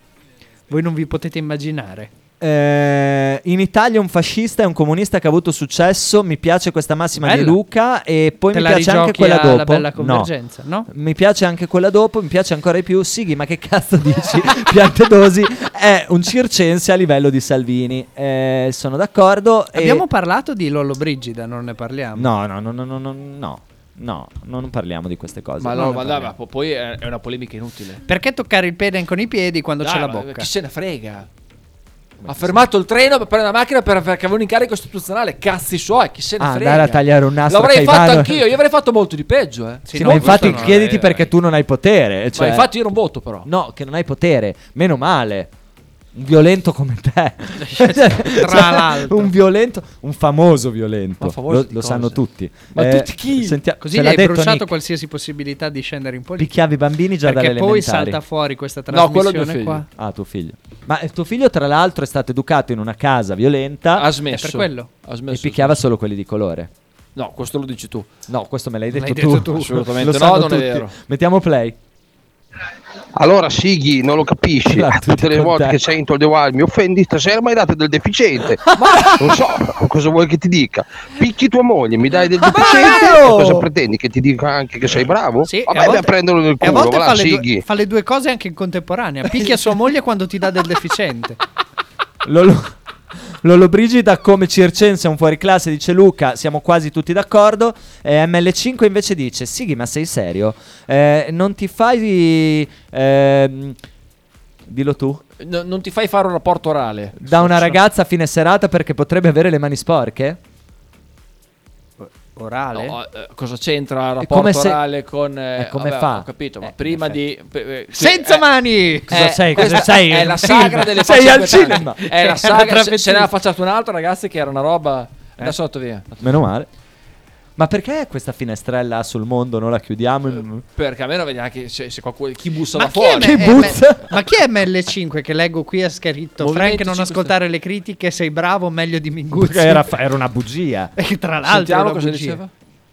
voi non vi potete immaginare. Eh, in Italia un fascista è un comunista che ha avuto successo. Mi piace questa massima di Bella. Luca. E poi Te mi la piace anche rigiochi quella alla dopo. bella No. convergenza, no? Mi piace anche quella dopo. Mi piace ancora di più. Sighi, ma che cazzo dici? Piantedosi è un circense a livello di Salvini. Eh, sono d'accordo. e- Abbiamo parlato di Lollo Brigida, non ne parliamo. No, no, no, no, no, no, no, no, non parliamo di queste cose. Ma, Non no, ne ma dai, parliamo. ma po- poi è, è una polemica inutile. Perché toccare il pene con i piedi quando Dai, c'è la ma bocca? Chi se ne frega? Ha fermato il treno per prendere la macchina per- perché aveva un incarico istituzionale. Cazzi suoi, chi se ne Ah, frega? andare a tagliare un nastro a L'avrei fatto Caivano. anch'io, io avrei fatto molto di peggio. Eh. Sì, ma infatti chiediti perché tu non hai potere. Ma cioè- infatti io non voto però. No, che non hai potere, meno male. Un violento come te. Tra l'altro. Un violento, un famoso violento. Ma famoso lo di lo cosa? sanno tutti. Ma Eh, tutti chi? sentia- Così ce gli l'ha hai detto bruciato Nick. qualsiasi possibilità di scendere in politica. Picchiavi i bambini già Perché dalle poi elementari. salta fuori questa No, quello è mio trasmissione qua. Ah, tuo figlio. Ma eh, tuo figlio tra l'altro è stato educato in una casa violenta. Ha smesso. È per quello. Ha E smesso. picchiava solo quelli di colore. No, questo lo dici tu. No, questo me l'hai detto, detto tu. Lo Assolutamente no, sanno non è tutti. vero. Mettiamo play. Allora Sighi non lo capisci, tutte le volte che sento il The Wild mi offendi, stasera mi hai dato del deficiente. non so cosa vuoi che ti dica. Picchi tua moglie, mi dai del deficiente, e cosa pretendi? Che ti dica anche che sei bravo? Sì, e Oh, Vabbè, a volte- a prenderlo nel e a culo, volte voilà, fa, le Sighi. due, fa le due cose anche in contemporanea. Picchia sua moglie quando ti dà del deficiente. Lolo, Lollobrigida come circense è un fuoriclasse, dice Luca, siamo quasi tutti d'accordo. Eh, ML5 invece dice, Sighi ma sei serio? Eh, non ti fai... ehm, dillo tu. No- non ti fai fare un rapporto orale. Da una ragazza a fine serata perché potrebbe avere le mani sporche? Orale? eh, cosa c'entra il rapporto come se- orale con... eh, è come vabbè, fa. Ho capito, ma prima di... pe- eh, sì, Senza eh, mani! eh, questa È la sagra delle Cioè, Sei al facciaguetane. cinema. È la sagra... se- Se ne Trapezzino. ha affacciato un altro, ragazzi, che era una roba... Adesso otto via. Meno male. Ma perché questa finestrella sul mondo non la chiudiamo? in- Perché almeno vedi anche se, se qualcuno, chi bussa da chi fuori. è M- M- ma chi è ML5 che leggo qui ha scritto Frank Movimento non 5 ascoltare le critiche, sei bravo, meglio di Minguzzi. Perché Era, fa- era una bugia. E tra l'altro era bugia.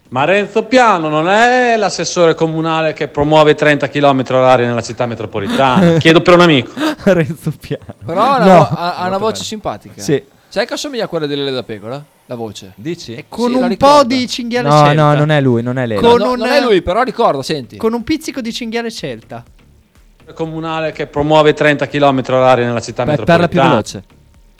Ma Renzo Piano non è l'assessore comunale che promuove i 30 km orari nella città metropolitana. Chiedo per un amico. Renzo Piano. Però ha una, No. vo- ha- ha una voce simpatica. Sì. Sai che assomiglia a quella delle da pecora? La voce. Eh, Dici? E Con un po' di cinghiale No, celta. no, non è lui, non è lei. Con No, un- non è lui, però ricorda, senti. Con un pizzico di cinghiale celta. comunale che promuove i 30 km orari nella città Beh, metropolitana. parla più veloce.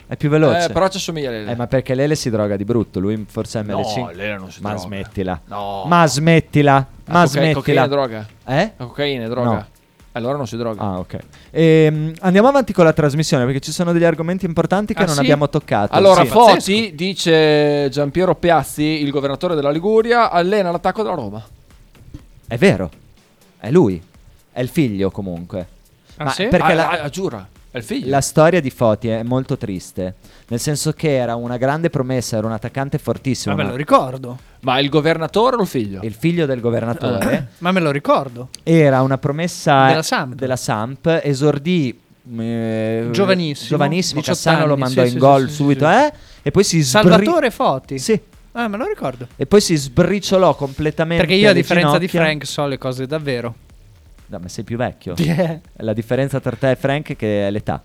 È più veloce. Eh, però ci assomiglia a Lele. Eh, ma perché Lele si droga di brutto, lui forse è ML5. No, Lele non si Ma droga. smettila. No. Ma smettila. La Ma coca- smettila. cocaina è droga? Eh? La cocaina è droga? No. Allora non si droga. Ah, ok. Ehm, andiamo avanti con la trasmissione perché ci sono degli argomenti importanti che Ah, non sì? abbiamo toccato. Allora, Sì. Foti dice Giampiero Piazzi, il governatore della Liguria, allena l'attacco della Roma. È vero. È lui. È il figlio comunque. Ah, Ma sì? perché Ah, la, ah, giura. È il figlio. La storia di Foti è molto triste, nel senso che era una grande promessa, era un attaccante fortissimo. Vabbè, ma- lo ricordo. Ma il governatore o il figlio? Il figlio del Ah. governatore Ma me lo ricordo. era una promessa Della Samp. della Samp, esordì eh, Giovanissimo, giovanissimo 18 Cassano anni, lo mandò sì, in sì, gol sì, sì, subito, sì. eh? E poi si sbri- Salvatore Foti. Sì. Ah, me lo ricordo. e poi si sbriciolò completamente Perché io a alle differenza di ginocchia. Frank so le cose davvero. No, ma sei più vecchio. Chi è? La differenza tra te e Frank è che è l'età.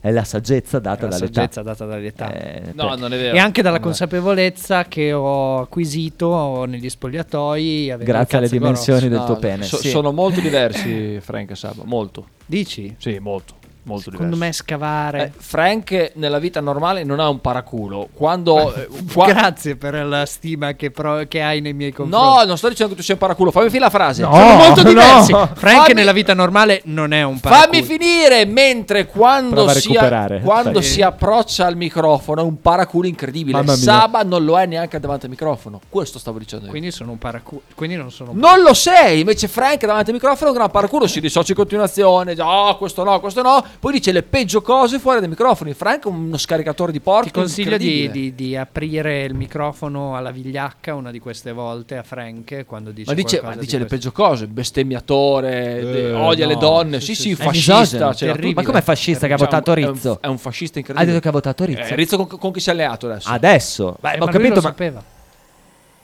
È la saggezza È data la dall'età. saggezza data dall'età. Eh, No, perché- non è vero. E anche dalla No. consapevolezza che ho acquisito negli spogliatoi. avendo il Grazie alle cazzo dimensioni grosso. del tuo no, pene. so- sì. Sono molto diversi Frank e Saba, molto. Dici? Sì, molto. molto Secondo me Eh, scavare. Frank nella vita normale non ha un paraculo. Quando... eh, qua- Grazie per la stima che, pro- che hai nei miei confronti. No, non sto dicendo che tu sia un paraculo. Fammi finire la frase. Sono molto no. diversi. Frank Fammi- nella vita normale non è un paraculo. Fammi finire mentre quando, Prova a si, recuperare. quando Sì. si approccia al microfono è un paraculo incredibile. Mamma mia. Saba non lo è neanche davanti al microfono. Questo stavo dicendo io. Quindi sono un paraculo. Quindi non sono un Non lo sei, invece Frank davanti al microfono gran paraculo si dissocia in continuazione, già, "Ah, questo no, questo no, poi dice le peggio cose fuori dai microfoni. Frank è uno scaricatore di porte. Ti consiglio di, incredibile. di- di aprire il microfono alla vigliacca una di queste volte a Frank quando dice ma dice, qualcosa ma di dice le questo. Eh, peggio cose, bestemmiatore, de- odia le no, donne, sì, sì sì, sì, sì. È misogino, fascista, ce l'ha terribile. tutto. Ma com'è fascista che ha Diciamo, Cioè, votato è un- Rizzo? È un, fascista Ha incredibile. detto che ha votato Rizzo. Eh, Rizzo con, con chi si è alleato adesso? Adesso? Beh, Eh, ho ma lui capito, lo ma... sapeva.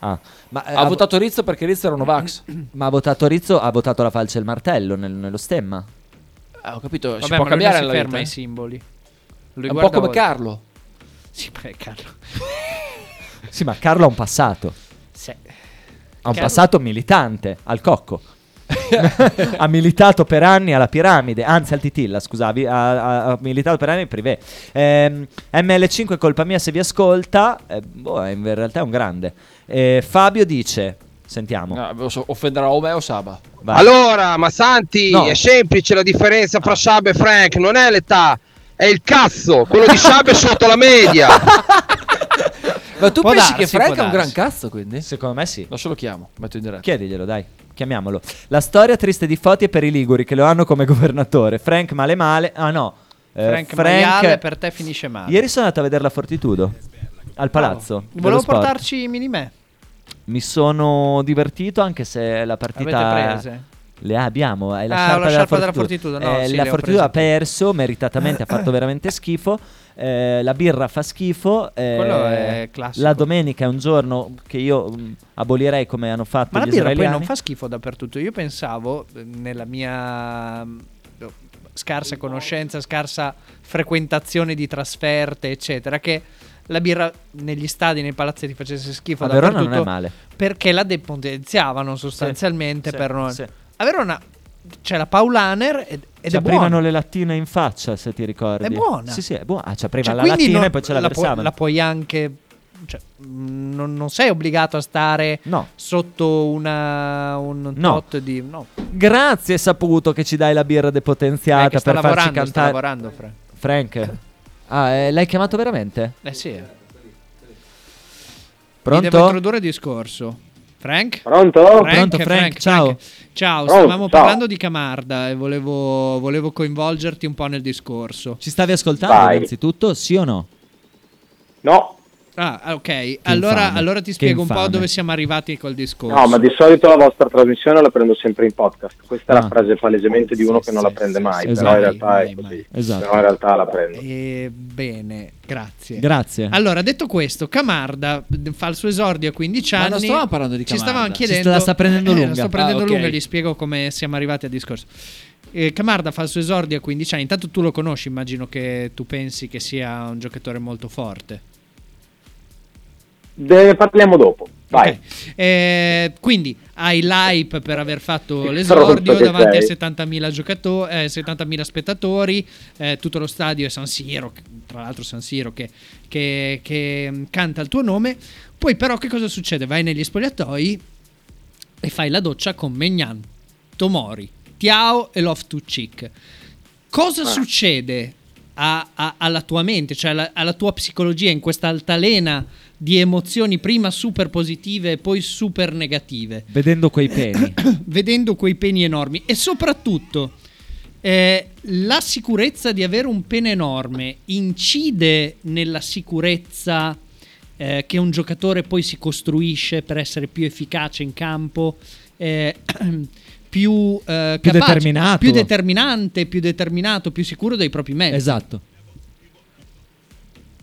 Ah. Ma, eh, ha votato Rizzo perché Rizzo era un Novax. ma ha votato Rizzo, ha votato la falce e il martello nel- nello stemma. Ah, ho capito, Vabbè, si può ma lui non cambiare si nella ferma vita, eh? ai simboli. Lui È un po' guarda come oltre. Carlo. Sì, ma è Carlo. Sì, ma Carlo ha un passato. Sì. Eh, Ha un Carlo- passato militante, al cocco. ha militato per anni alla piramide, anzi al Titilla, scusavi, ha, ha- ha militato per anni in privé. Ehm, ML5 è colpa mia se vi ascolta, eh, boh, in realtà è un grande. Eh, Fabio dice, sentiamo. No, so- offenderà o me o Saba. Vai. Allora, ma Santi, No. è semplice la differenza fra Sab e Frank, non è l'età, è il cazzo, quello di Sab è sotto la media. Ma tu Può pensi darsi, che Frank può è un gran darsi. cazzo, quindi? Secondo me sì. Adesso lo chiamo, metto in diretta. Chiediglielo, dai. Chiamiamolo. La storia triste di Foti è per i Liguri che lo hanno come governatore. Frank male male. Ah no. Eh, Frank, Maiale per te finisce male. Ieri sono andato a vedere la Fortitudo al palazzo. dello Volevo sport. portarci i minimè. Mi sono divertito anche se la partita Avete prese? Le abbiamo, è la Ah, sciarpa, la sciarpa della Fortitudo. Fortitudo, no, Eh, sì, la le ho prese. Fortitudo ha perso meritatamente, ha fatto veramente schifo. eh, la birra fa schifo. eh, Quello è classico. La domenica è un giorno che io mm, abolirei come hanno fatto Ma la gli birra poi israeliani. non fa schifo dappertutto. Io pensavo, eh, nella mia mm, scarsa conoscenza, scarsa frequentazione di trasferte, eccetera, che la birra negli stadi, nei palazzi ti facesse schifo A Verona dappertutto non è male. Perché la depotenziavano sostanzialmente sì, per noi. sì. A Verona c'è la Paulaner ed, ed ci è buona. aprivano le lattine in faccia, se ti ricordi. È buona. Sì, sì, è buona. Ah, ci apriva Cioè, la quindi lattina non- e poi ce la, la, pu- versavano. la puoi anche. cioè, mh, non, non sei obbligato a stare sotto una, un No. tot di. No, Grazie, saputo che ci dai la birra depotenziata Eh, che sta per farci lavorando, sta cantare. lavorando, Fra. Frank. Ah, eh, l'hai chiamato veramente? Eh sì. Pronto? Mi devo introdurre il discorso. Frank? Pronto? Frank, Pronto, Frank, ciao. Oh, Ciao, Pronto, stavamo ciao. parlando di Camarda e volevo, volevo coinvolgerti un po' nel discorso. Ci stavi ascoltando Vai. innanzitutto, sì o no? No. Ah, ok. Allora, infame, allora ti che spiego un po' infame. dove siamo arrivati col discorso. No, ma di solito la vostra trasmissione la prendo sempre in podcast. Questa è Ah. la frase palesemente di uno che non la prende mai, sì, però sì, in realtà è così. Esatto. Però in realtà la prendo. Eh, bene, grazie. Grazie. Allora, detto questo, Camarda d- fa il suo esordio a 15 Ma anni. non stavamo parlando di Ci Camarda. stavamo Ci chiedendo. sta- la sta prendendo Eh, lunga. La sto prendendo Ah, ok. lunga, gli spiego come siamo arrivati al discorso. Eh, Camarda fa il suo esordio a 15 anni. Intanto tu lo conosci, immagino che tu pensi che sia un giocatore molto forte. Ne parliamo dopo. Vai. Eh, quindi hai l'hype per aver fatto Che l'esordio stronzo che davanti a sei. 70.000, giocato- eh, 70.000 spettatori, eh, tutto lo stadio è San Siro, che- tra l'altro San Siro che, che- che, mh, canta il tuo nome. Poi però che cosa succede? Vai negli spogliatoi e fai la doccia con Megnan, Tomori, Tiao e Love to Chick. Cosa succede a- a- alla tua mente, cioè alla, alla tua psicologia in questa altalena di emozioni prima super positive e poi super negative, Vedendo quei peni. vedendo quei peni enormi e soprattutto eh, la sicurezza di avere un pene enorme incide nella sicurezza eh, che un giocatore poi si costruisce per essere più efficace in campo, eh, più, eh, capace, Più determinato. più determinante, più determinato, più sicuro dei propri mezzi. Esatto.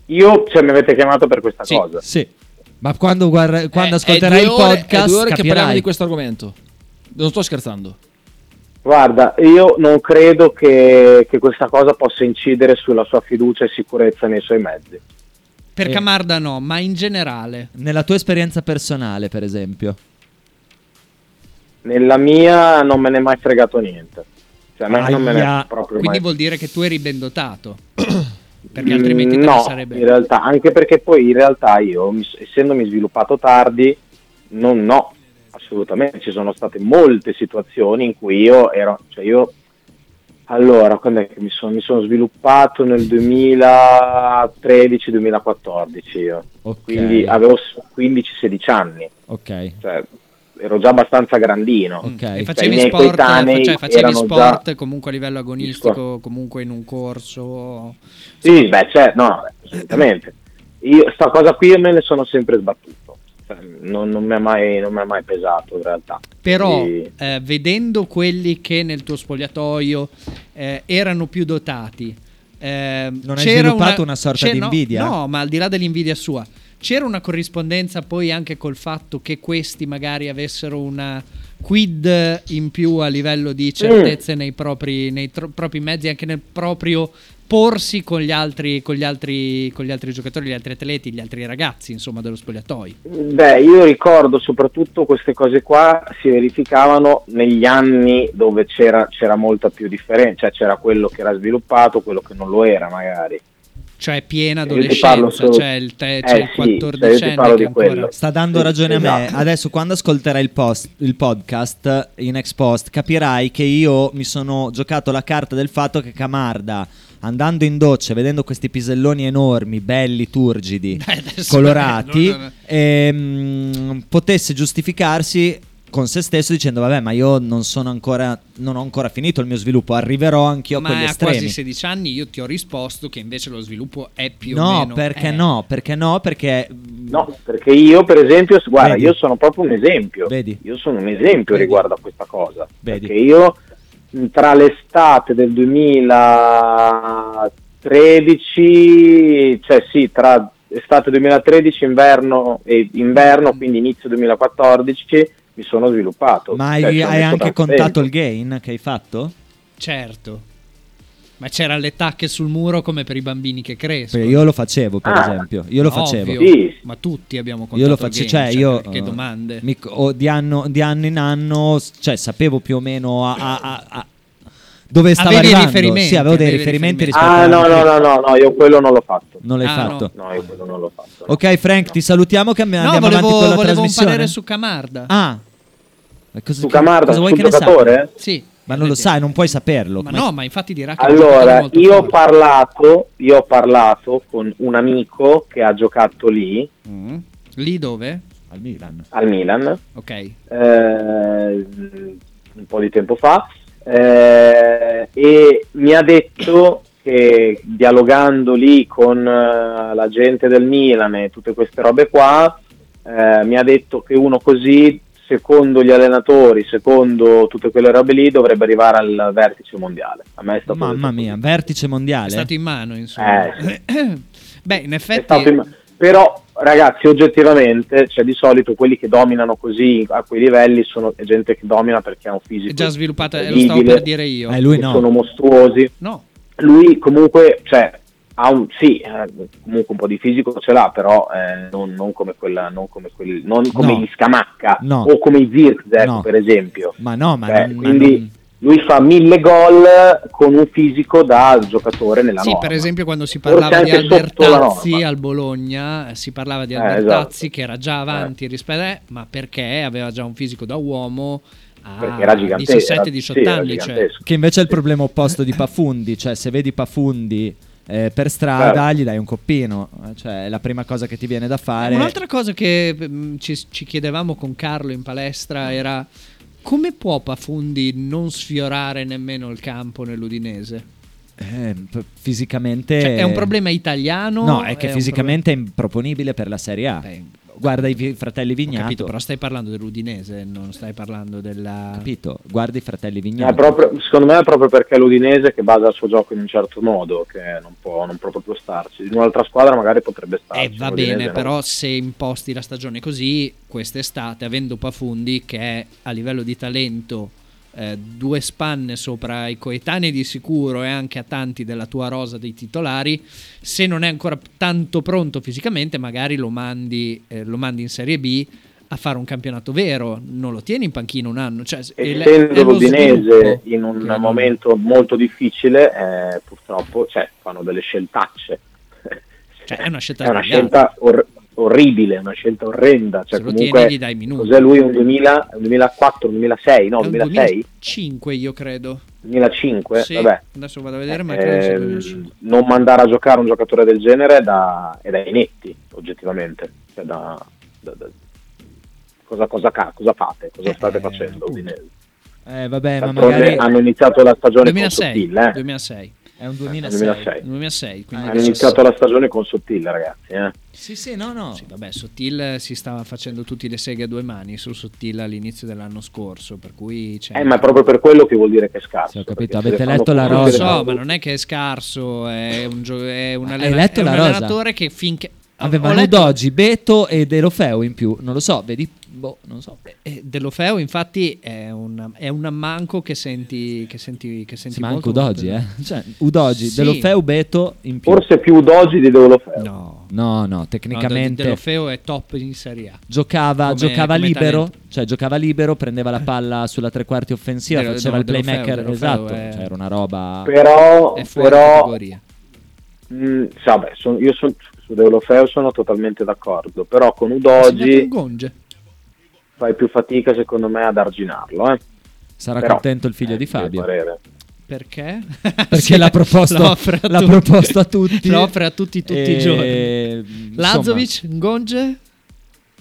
Io, cioè, mi avete chiamato per questa cosa. Sì. Ma quando, guarda- quando È- ascolterai Eh, è il due ore- podcast, è due ore che capirai. parliamo di questo argomento. Non sto scherzando. Guarda, io non credo che, che questa cosa possa incidere sulla sua fiducia e sicurezza nei suoi mezzi. eh. Per Camarda no, ma in generale. Nella tua esperienza personale, per esempio. Nella mia non me ne è mai fregato niente. Cioè, a me non me ne Aia. è proprio Quindi mai vuol dire che tu eri ben dotato. perché altrimenti Mm, te ne no, sarebbe... in realtà, anche perché poi in realtà io, mi- essendomi sviluppato tardi, non no, assolutamente, ci sono state molte situazioni in cui io ero, cioè io, allora, quando è che mi sono, mi sono sviluppato nel 2013-2014 io, quindi avevo s- 15-16 anni, Ok. cioè ero già abbastanza grandino, Ok. Mm. E Cioè, i facevi miei sport, coetanei cioè, facevi erano sport già- comunque a livello agonistico, comunque in un corso. Sì, beh, cioè, no, assolutamente. Io, sta cosa qui me ne sono sempre sbattuto. Cioè, non, non mi è mai, non mi è mai pesato in realtà. Però Quindi, eh, vedendo quelli che nel tuo spogliatoio eh, erano più dotati, ehm, Non hai c'era sviluppato una sorta c'è- di no, invidia? No, ma al di là dell'invidia sua, c'era una corrispondenza poi anche col fatto che questi magari avessero una quid in più a livello di certezze nei, propri, nei tro- propri mezzi, anche nel proprio porsi con gli, altri, con, gli altri, con gli altri giocatori, gli altri atleti, gli altri ragazzi, insomma, dello spogliatoio. Beh, io ricordo soprattutto queste cose qua si verificavano negli anni dove c'era, c'era molta più differenza, cioè c'era quello che era sviluppato, quello che non lo era magari. Cioè piena Io ti parlo adolescenza, solo- c'è il, te- Eh, c'è il sì, cioè, io ti 14enne parlo che di ancora... quello. Sta dando Sì, ragione a me. esatto. Adesso, quando ascolterai il, post- il podcast in ex post, capirai che io mi sono giocato la carta del fatto che Camarda, andando in doccia, vedendo questi piselloni enormi, belli, turgidi, Eh, adesso- colorati, no, no, no. ehm, potesse giustificarsi con se stesso dicendo vabbè ma io non sono ancora non ho ancora finito il mio sviluppo arriverò anch'io a Ma quegli a estremi quasi 16 anni io ti ho risposto che invece lo sviluppo è più o no meno... perché eh, no perché no perché No, perché io per esempio, guarda, Vedi. io sono proprio un esempio. Vedi. Io sono un esempio Vedi. riguardo a questa cosa. Vedi. Perché io mh, tra l'estate del 2013 2013, cioè sì, tra estate 2013 inverno e inverno, Mm. quindi inizio 2014, mi sono sviluppato. Ma Cioè, hai, ci ho hai messo anche tanto contato tempo. il gain che hai fatto? Certo. Ma c'era le tacche sul muro come per i bambini che crescono. Beh, io lo facevo, per Ah. esempio. Io lo facevo. Ovvio, Ma tutti abbiamo contato Io lo il faccio, game, cioè, io Che domande. mi- o di, anno, di anno in anno, s- cioè, sapevo più o meno a, a- a- a- dove stava Avevi i arrivando. riferimenti, sì, avevo dei avevi i riferimenti, rispetto Ah a no, no, no, no, no, io quello non l'ho fatto. Non l'hai Ah, fatto? No. io quello non l'ho fatto. Ok, Frank, ti salutiamo. Che No, andiamo volevo- avanti con la volevo un trasmissione. Parere su Camarda. Ah, Ma cosa- Su Camarda, cosa vuoi sul che ne giocatore? sappia? Sì. Ma non lo sai, non puoi saperlo. Ma no, ma infatti dirà che Allora, molto io ho parlato, io ho parlato con un amico che ha giocato lì Lì dove? Al Milan. al Milan. Ok. eh, un po' di tempo fa eh, e mi ha detto che dialogando lì con eh, la gente del Milan e tutte queste robe qua eh, mi ha detto che uno così secondo gli allenatori secondo tutte quelle robe lì dovrebbe arrivare al vertice mondiale a me è stato Mamma mia, vertice mondiale. È stato in mano, insomma. Eh, Beh, in È effetti... stato in- Esatto, Però, ragazzi, oggettivamente, cioè di solito quelli che dominano così a quei livelli sono è gente che domina perché ha un fisico. È già sviluppata, eh, lo incredibile, stavo per dire io. Eh, lui che no. Sono mostruosi. No. Lui comunque, cioè, ha un sì, eh, comunque un po' di fisico ce l'ha, però eh, non, non come quella, non come quelli, non come No. gli Scamacca No. o come i Zirkzee, No. per esempio. Ma no, ma, Cioè, non- ma quindi non- lui fa mille gol con un fisico da giocatore nella Sì, norma. per esempio quando si Forse parlava di anche sotto la Albertazzi al Bologna, eh, si parlava di Eh, Albertazzi esatto. che era già avanti rispetto a ma perché aveva già un fisico da uomo Perché era a gigantesco, era- 17-18 sì, era Ah, anni. Cioè, gigantesco. Che invece è il problema opposto di Pafundi, cioè se vedi Pafundi eh, per strada Certo. gli dai un coppino, eh, cioè è la prima cosa che ti viene da fare. Eh, Un'altra cosa che mm, ci, ci chiedevamo con Carlo in palestra era come può Pafundi non sfiorare nemmeno il campo nell'Udinese? Eh, p- fisicamente... Cioè, è un problema italiano? No, è che un Eh. fisicamente è improponibile per la Serie A. Eh, Guarda i vi- fratelli problema- Vignato. Ho capito, però stai parlando dell'Udinese, non stai parlando della... Capito, guarda i fratelli Vignato. È proprio- secondo me è proprio perché è l'Udinese che basa il suo gioco in un certo modo, che non può, non può proprio starci. In un'altra squadra magari potrebbe starci. Eh, va l'Udinese bene, no. però se imposti la stagione così, quest'estate, avendo Pafundi che è a livello di talento eh, due spanne sopra i coetanei di sicuro e anche a tanti della tua rosa dei titolari, se non è ancora tanto pronto fisicamente, magari lo mandi, eh, lo mandi in Serie B a fare un campionato vero, non lo tieni in panchina un anno. Cioè, è l- è Essendo lo l'Udinese sviluppo. in un che- momento molto difficile, eh, purtroppo cioè, fanno delle sceltacce. Cioè, è una scelta È una sbagliata. scelta or- orribile, una scelta orrenda. Cioè, Se lo comunque, tieni gli dai minuti. Cos'è lui? Un 2000, un 2004, un 2006? No, È un 2006? 2005 io credo. 2005? Sì, Vabbè. Adesso vado a vedere, ma Eh, credo sia 2005. non mandare a giocare un giocatore del genere è da, è da inetti, oggettivamente. Cioè, da- da- da- cosa, cosa ca- cosa fate? Eh, Cosa state facendo? Udinese? Eh, vabbè, ma D'altronde magari... hanno iniziato la stagione con 2006, Sottile. eh. 2006. È un 2006. 2006. 2006, quindi hanno adesso- iniziato la stagione con Sottile, ragazzi. eh. Sì, sì, no, no. Sì, vabbè, Sottil eh, si stava facendo tutte le seghe a due mani su Sottil all'inizio dell'anno scorso, per cui c'è- Eh, ma è proprio per quello che vuol dire che è scarso. ho perché capito, se avete le fanno letto la tutte Lo le so, fanno ma non è che è scarso, è un, gio- è un, Ma hai allena- letto è un la rosa? allenatore che finché Aveva Eh, ho letto- Doggi, Beto e De Lofeo in più, non lo so, vedi? Boh, non so. eh, Dell'Ofeo infatti è un, è un ammanco che senti, che senti, che senti Sì, ma anche molto, Udogi, eh. molto- Cioè, Udogi, Sì. De Lofeo, Beto in più. Forse più Udogi di De Lofeo. No, No, no, no, De- tecnicamente... Dell'Ofeo è top in Serie A. Giocava, Come- giocava come libero, talento. cioè giocava libero, prendeva la palla sulla tre quarti offensiva, De- faceva no, il De Lofeo, playmaker, De Lofeo esatto, è- cioè era una roba... però, È fuori però categoria. Mm, sì, vabbè, son- io son- su Deulofeo sono totalmente d'accordo, però con Ha segnato un Udogi Gonge. fai più fatica secondo me ad arginarlo. eh. Sarà Però, eh, contento il figlio di Fabio. Perché? Perché l'ha proposto- l'offre l'ha tutti. proposto a tutti. L'ha offre a tutti tutti E, i giorni. insomma. Lazovic, Ngonge,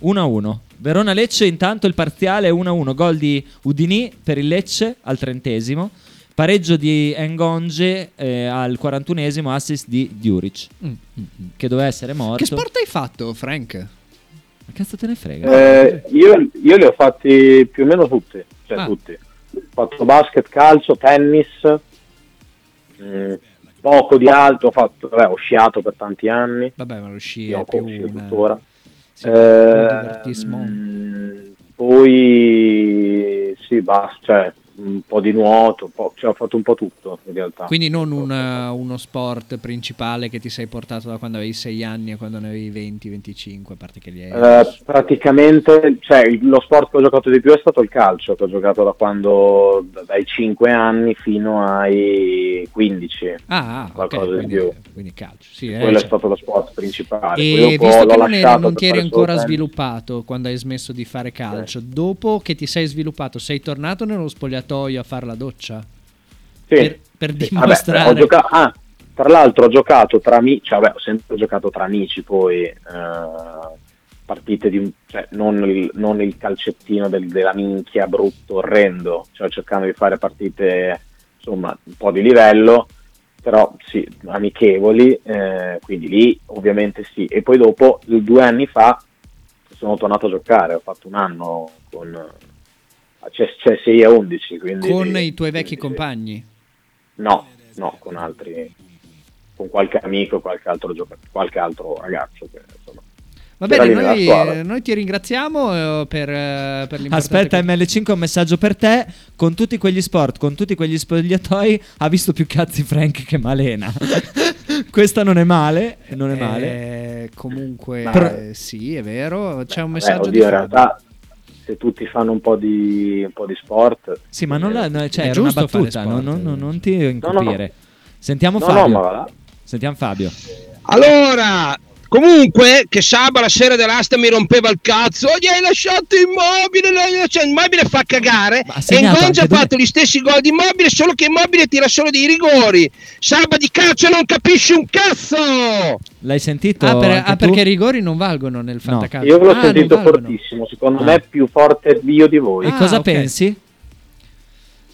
1-1. Verona Lecce, intanto il parziale è 1-1. Gol di Udini per il Lecce al trentesimo. Pareggio di Engonge eh, al 41esimo, assist di Djuric, Mm, che doveva essere morto. Che sport hai fatto, Frank? Ma cazzo te ne frega? Eh, io, io li ho fatti più o meno tutti, cioè Ah. tutti. Ho fatto basket, calcio, tennis, mm, poco di alto, ho, fatto, vabbè, ho sci per tanti anni. Vabbè, ma lo sci Io è più corso un tuttora. sì, Eh, mm, un divertissement. Poi sì, basta, cioè, un po' di nuoto, un po', cioè, ho fatto un po' tutto in realtà. Quindi non un, eh, uno sport principale che ti sei portato da quando avevi 6 anni a quando ne avevi 20-25, a parte che li hai... Eh, praticamente cioè, il- lo sport che ho giocato di più è stato il calcio, che ho giocato da quando dai 5 anni fino ai 15, Ah, ah, ok, qualcosa di più. quindi calcio. Sì, eh, Quello cioè- è stato lo sport principale. Quello E un po' visto l'ho che non, eri- lasciato non per ti eri fare solo ancora tennis. sviluppato quando hai smesso di fare calcio, dopo che ti sei sviluppato, sei tornato nello spogliatoio a fare la doccia? Sì. Per, per Sì, dimostrare. vabbè, ho gioca- ah, tra l'altro ho giocato tra amici, cioè, vabbè, ho sempre giocato tra amici poi, eh, partite di, cioè, non, il, non il calcettino del- della minchia brutto, orrendo, cioè cercando di fare partite insomma un po' di livello, però sì, amichevoli, eh, quindi lì ovviamente sì. E poi dopo, l- due anni fa, sono tornato a giocare, ho fatto un anno con... C'è, 6 a 11, quindi... con i tuoi vecchi compagni? No, no, con altri, con qualche amico, qualche altro, gioca- qualche altro ragazzo. che, insomma, Va era bene, lì nella squadra. noi, noi ti ringraziamo eh, per, eh, per l'importante Aspetta, ML5, un messaggio per te. Con tutti quegli sport, con tutti quegli spogliatoi, ha visto più cazzi Frank che Malena. Questa non è male, non è male. Eh, comunque, Però- eh, sì, è vero. C'è un Beh, messaggio oddio, di in Fabio. realtà, se tutti fanno un po' di, un po' di sport, eh, Sì, ma non la, no, cioè, È era una giusto fare battuta, sport, non, non- eh, non- cioè. non ti incupire. Sentiamo No, no, Fabio. ma va là. Sentiamo Fabio. Allora, comunque, che sabato la sera dell'asta mi rompeva il cazzo, "Oh, gli hai lasciato immobile, l'hai lasciato immobile fa cagare. E segnato Ngongi ha anche due- fatto gli stessi gol di immobile, solo che immobile tira solo dei rigori. Saba di calcio non capisci un cazzo! L'hai sentito? Ah, per- anche ah, tu? perché i rigori non valgono nel fantacalcio. io l'ho Ah, non sentito valgono. Ah, fortissimo. Secondo Ah. me, è più forte io di voi. E cosa pensi?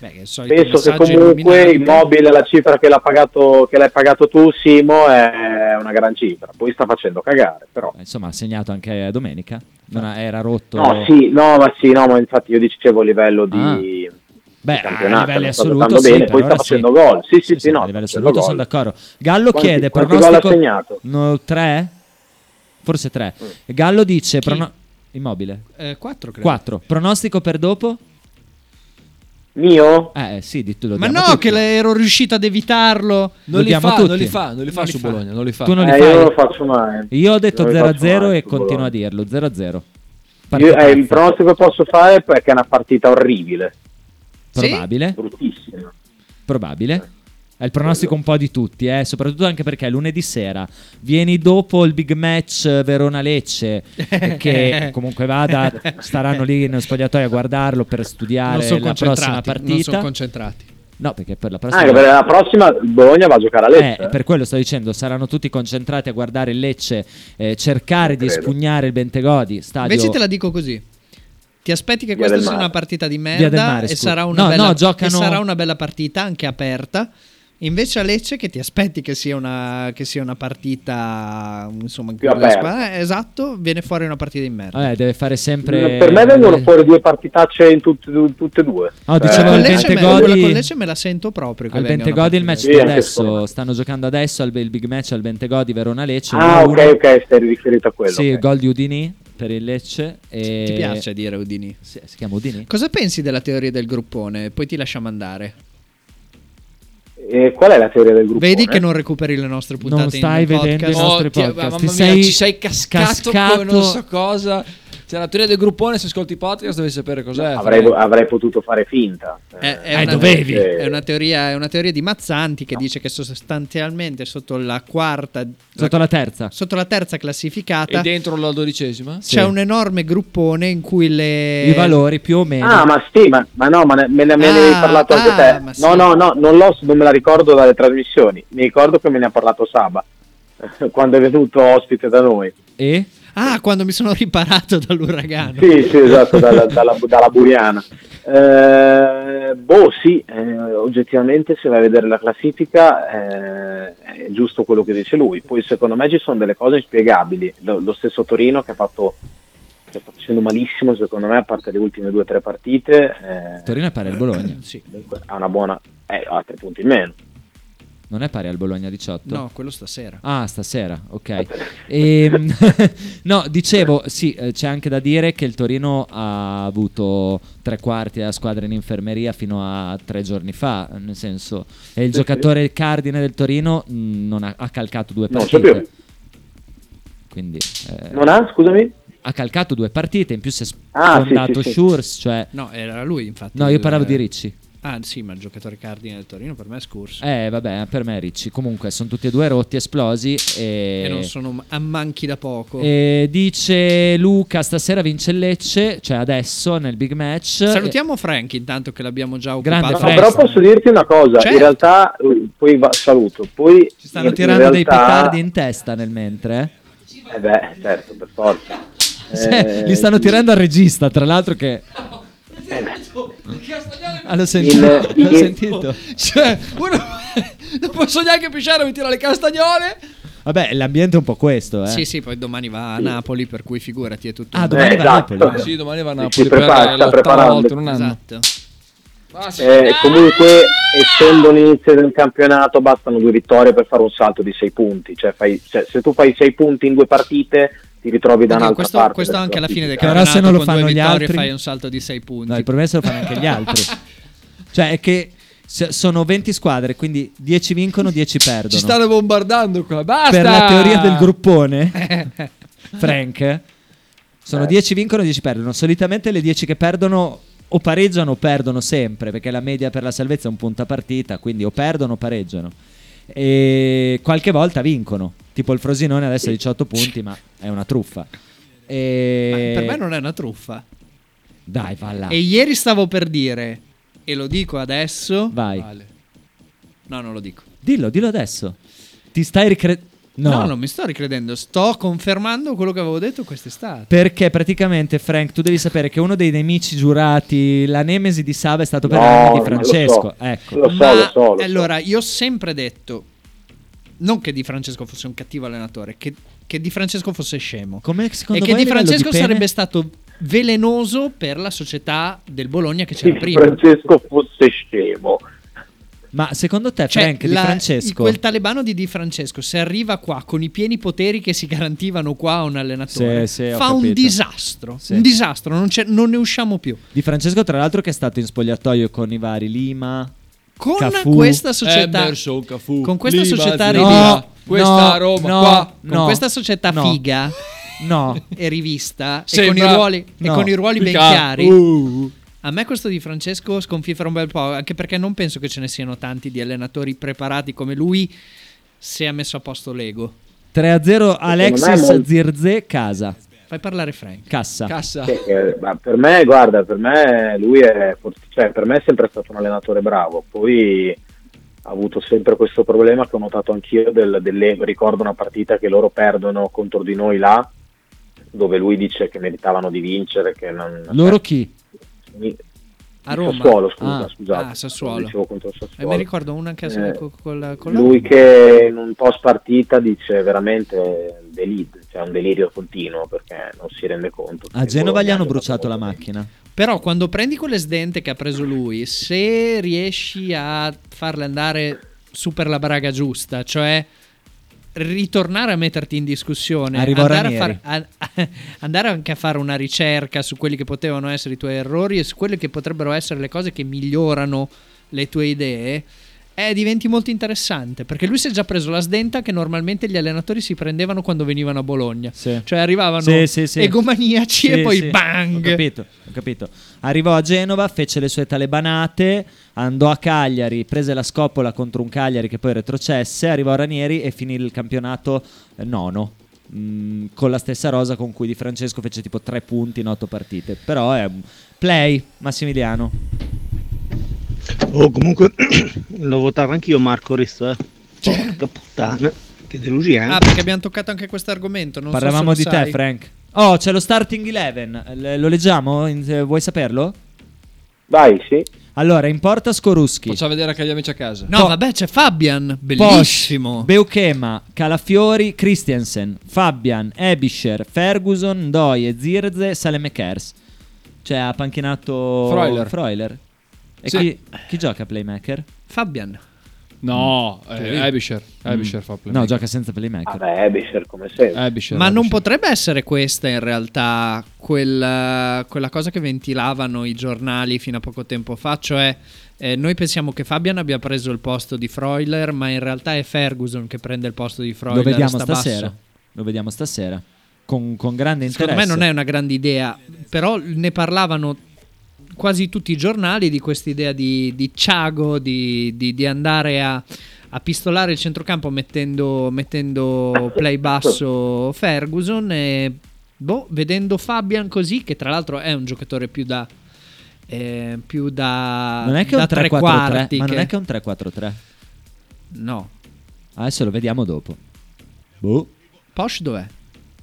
Beh, che solito Penso che messaggio comunque illuminante. immobile la cifra che, l'ha pagato, che l'hai pagato tu, Simo, è una gran cifra. Poi sta facendo cagare, però. Insomma, ha segnato anche eh, domenica. Non ha- era rotto. Certo. No, sì, no, ma sì, no, ma infatti io dicevo a livello di, Ah. Beh, a campionato, livello non sta assoluto giocando sì, bene, per poi sta ora facendo sì. gol. Sì, sì, sì, no, a livello facendo assoluto sono gol. d'accordo. Gallo Quanti- chiede quanti gol ha pronostico segnato? Mm. No, tre? Forse tre. Gallo dice prono- immobile. Eh, quattro, credo. 4. Pronostico per dopo? Mio? Eh, sì, di- lo Ma diamo no, tutti. che le- ero riuscito ad evitarlo. Non Lo li diamo fa, tutti. non li fa, non li fa su Bologna, non li fa. Tu non li Eh, fai. io non lo faccio mai. Io ho detto Non li faccio 0-0 mai e su continuo Bologna. a dirlo, 0-0. Io- eh, il pronostico che posso fare è che è una partita orribile. Probabile. Bruttissima. Probabile. Eh. È il pronostico un po' di tutti, eh, soprattutto anche perché lunedì sera vieni dopo il big match eh, Verona-Lecce, eh, che comunque vada, staranno lì nello spogliatoio a guardarlo per Non studiare sono la prossima concentrati. Non sono partita. concentrati. No, perché per la prossima... Anche perché Ah, la prossima il Bologna va a giocare a Lecce. Eh, per quello sto dicendo, saranno tutti concentrati a guardare il Lecce, eh, cercare di credo. espugnare il Bentegodi, stadio... Invece te la dico così. Ti aspetti che Via questa del sia Mare. una partita di Via del merda Mare, e scusa. sarà una, No, bella, no, e giocano- sarà una bella partita anche aperta. Invece a Lecce che ti aspetti che sia una, che sia una partita insomma, in cui Più la aperta. squadra- eh, esatto, viene fuori una partita di merda. Vabbè, deve fare sempre... Per me vengono fuori due partitacce in tutte, tutte e due. No, Cioè, dicevo Eh, Con al Lecce, me, quella con Bentegodi... Lecce me la sento proprio. che Al venga una Bentegodi il match partita. sta adesso, stanno giocando adesso al il big match al Bentegodi Verona-Lecce. Ah, 1-1. ok, ok, stai riferito a quello. Sì, ok. gol di Udini per il Lecce. E... Ti piace dire Udini? Sì, si chiama Udini? Cosa pensi della teoria del gruppone? Poi ti lasciamo andare. E qual è la teoria del gruppo? Vedi che non recuperi le nostre puntate Non stai in podcast. vedendo i nostri podcast. Oh, mamma Ti mia, sei ci sei cascato, cascato- come non so cosa. C'è la teoria del gruppone, se ascolti i podcast devi sapere cos'è. Eh, Avrei, avrei potuto fare finta. È, Eh, è Eh, una, È una, teoria, è una teoria di Mazzanti che dice che sostanzialmente sotto la quarta, Sotto la terza. sotto la terza classificata E dentro la dodicesima? c'è un enorme gruppone in cui Eh. le... I valori più o meno. Ah, ma sì, ma, ma no, ma ne- me ne, me ne Ah, hai parlato anche ah, te. ma No, sì. no, no, non, l'ho- non me la ricordo dalle trasmissioni. Mi ricordo che me ne ha parlato Saba quando è venuto ospite da noi. E? Ah, quando mi sono riparato dall'uragano. Sì, sì, esatto, dalla, dalla, dalla Buriana. Eh, boh, sì, eh, oggettivamente se vai a vedere la classifica eh, è giusto quello che dice lui. Poi secondo me ci sono delle cose inspiegabili. Lo, lo stesso Torino che ha fatto che sta facendo malissimo secondo me a parte le ultime due o tre partite eh, Torino e pare il Bologna. comunque ha una buona eh, ha tre punti in meno Non è pari al Bologna 18? No, quello stasera. Ah, stasera, Eh, ok. Ehm, no, dicevo, sì, eh, c'è anche da dire che il Torino ha avuto tre quarti della squadra in infermeria fino a tre giorni fa, nel senso, e il Sì, sì. giocatore cardine del Torino mh, non ha, ha calcato due No, partite. sapevo. Quindi, eh, Non ha, scusami? ha calcato due partite, in più si è Ah, sì, sfondato sì, sì. Schurz, cioè... No, era lui infatti. No, io il- parlavo di Ricci. Ah, sì, ma il giocatore cardine del Torino per me è Scurs. Eh, vabbè, per me è Ricci. Comunque, sono tutti e due rotti, esplosi e... E non sono ammanchi da poco. E Eh, dice Luca, stasera vince il Lecce, cioè adesso nel big match. Salutiamo Frank intanto che l'abbiamo già cioè, Grande occupato. No, però posso dirti una cosa, Certo. in realtà eh, poi va- saluto, poi ci Eh, Stanno tirando dei petardi in testa nel mentre. Eh beh, certo, per forza. eh. Se- li stanno Eh, tirando al regista, tra l'altro che... Eh. Ah, l'ho sentito. Il- l'ho il- sentito. Cioè, uno... non posso neanche pisciare, mi tira le castagnole. Vabbè, l'ambiente è un po' questo, eh. Sì, sì, poi domani va a Napoli, per cui figurati è tutto. Ah, un- domani Eh, va a esatto. Napoli. Sì, domani va a Si Napoli prepara, per sta l'ottava preparando. volta in un anno. Esatto. eh, Ah, comunque, essendo l'inizio del campionato, bastano due vittorie per fare un salto di sei punti. Cioè, fai- se- se tu fai sei punti in due partite, ti ritrovi da Perché un'altra questo, parte. questo della anche alla fine del classifica. Però campionato se non lo con fanno due gli vittorie altri- fai un salto di 6 punti. No, il promesso lo fanno anche gli altri. Cioè, è che s- sono 20 squadre, quindi 10 vincono, 10 perdono. Ci stanno bombardando qua, basta! per la teoria del gruppone, Frank, Eh. sono 10 vincono e 10 perdono. Solitamente le 10 che perdono o pareggiano o perdono sempre, perché la media per la salvezza è un punto a partita, quindi o perdono o pareggiano. E qualche volta vincono, tipo il Frosinone adesso ha 18 punti, ma è una truffa. E... Ah. Per me non è una truffa. Dai, va là. E ieri stavo per dire, e lo dico adesso. Vai. No, non lo dico. Dillo, dillo adesso. Ti stai ricredendo... No. no, non mi sto ricredendo. Sto confermando quello che avevo detto quest'estate. Perché praticamente, Frank, tu devi sapere che uno dei nemici giurati, la nemesi di Saba, è stato per No, anni di ma lo so, Francesco. ecco. lo so, Ma- lo so, lo so. allora, io ho sempre detto, non che Di Francesco fosse un cattivo allenatore, che, che Di Francesco fosse scemo. Come e secondo che voi Di a livello Francesco di pene? sarebbe stato velenoso per la società del Bologna che c'era Se prima. Francesco fosse scemo. Ma secondo te, Cioè, Frank, la- Di Francesco... Quel talebano di Di Francesco, se arriva qua con i pieni poteri che si garantivano qua a un allenatore, Sì, sì, ho fa un capito. disastro. Sì. Un disastro, non, c'è- non ne usciamo più. Di Francesco, tra l'altro, che è stato in spogliatoio con i vari Lima... Con Cafu. Eh, questa società, con questa Lima, società Zidane. ridicola- No, questa Roma, qua. con no, questa società no. figa No. e rivista e con Sembra- i ruoli, e no. con i ruoli ben Figa. chiari. Uh. A me questo di Francesco sconfiffa un bel po', anche perché non penso che ce ne siano tanti di allenatori preparati come lui se ha messo a posto l'ego. 3-0 me è Alexis molto- Zirze, casa. Fai parlare Frank. Cassa. Cassa. Sì, eh, ma per me, guarda, per me lui è, for- cioè, per me è sempre stato un allenatore bravo, poi ha avuto sempre questo problema che ho notato anch'io del, dell'ego. ricordo una partita che loro perdono contro di noi là, dove lui dice che meritavano di vincere, che non... cioè, Loro chi? Mi- A Roma. Sassuolo, scusa, Ah. scusate. Ah, Sassuolo. Lo Dicevo contro il E Sassuolo. mi ricordo una che Eh, con, con, con la- Lui che in un post partita dice veramente delirio, cioè un delirio continuo perché non si rende conto. boh, A Genova gli hanno bruciato la macchina. Però quando prendi quelle sdente che ha preso lui, se riesci a farle andare su per la braga giusta, cioè ritornare a metterti in discussione, Arrivò andare, a Ranieri. far- a- andare anche a fare una ricerca su quelli che potevano essere i tuoi errori e su quelle che potrebbero essere le cose che migliorano le tue idee, eh, diventi molto interessante perché lui si è già preso la sdenta che normalmente gli allenatori si prendevano quando venivano a Bologna. Sì. Cioè arrivavano Sì, sì, sì. egomaniaci Sì, e poi sì. bang! Ho capito, ho capito. Arrivò a Genova, fece le sue talebanate, andò a Cagliari, prese la scopola contro un Cagliari che poi retrocesse, arrivò a Ranieri e finì il campionato eh, nono. Mm, con la stessa rosa con cui Di Francesco fece tipo tre punti in otto partite. Però è un play, Massimiliano. Oh, comunque lo votavo anch'io Marco Risto, eh. Cioè. Porca puttana. Che eh. delusione. Eh? Ah, perché abbiamo toccato anche questo argomento. Non so se Parlavamo lo di sai. te, Frank. Oh, c'è lo starting 11. L- lo leggiamo? In- eh, vuoi saperlo? Vai, sì. Allora, in porta Skoruschi. Faccia vedere anche gli amici a casa. No, vabbè, c'è Fabian. Bellissimo. Posch, Beuchema, Calafiori, Christiansen, Fabian, Ebischer, Ferguson, Doie, Zirze, Salemekers. Cioè ha panchinato Freuler. E Sì. chi, chi gioca a playmaker? Fabian. No, Mm. eh, Abisher. Abisher fa playmaker. No, gioca senza Ah, playmaker. Vabbè, Abisher Ah, come sempre. Abisher, Ma non potrebbe essere questa in realtà quella, quella cosa che ventilavano i giornali fino a poco tempo fa, cioè eh, noi pensiamo che Fabian abbia preso il posto di Freuler, ma in realtà è Ferguson che prende il posto di Freuler. Lo vediamo sta basso. stasera. Lo vediamo stasera. Con, con grande interesse. Secondo me non è una grande idea, però ne parlavano quasi tutti i giornali di questa idea di, di Thiago, di, di- di andare a, a pistolare il centrocampo mettendo, mettendo play basso Ferguson e boh, vedendo Fabian così, che tra l'altro è un giocatore più da... eh, più da, Non è che è da un 3-4-3, tre quarti ma non che- è che è un 3-4-3. No. Adesso lo vediamo dopo. Boh. Posh dov'è?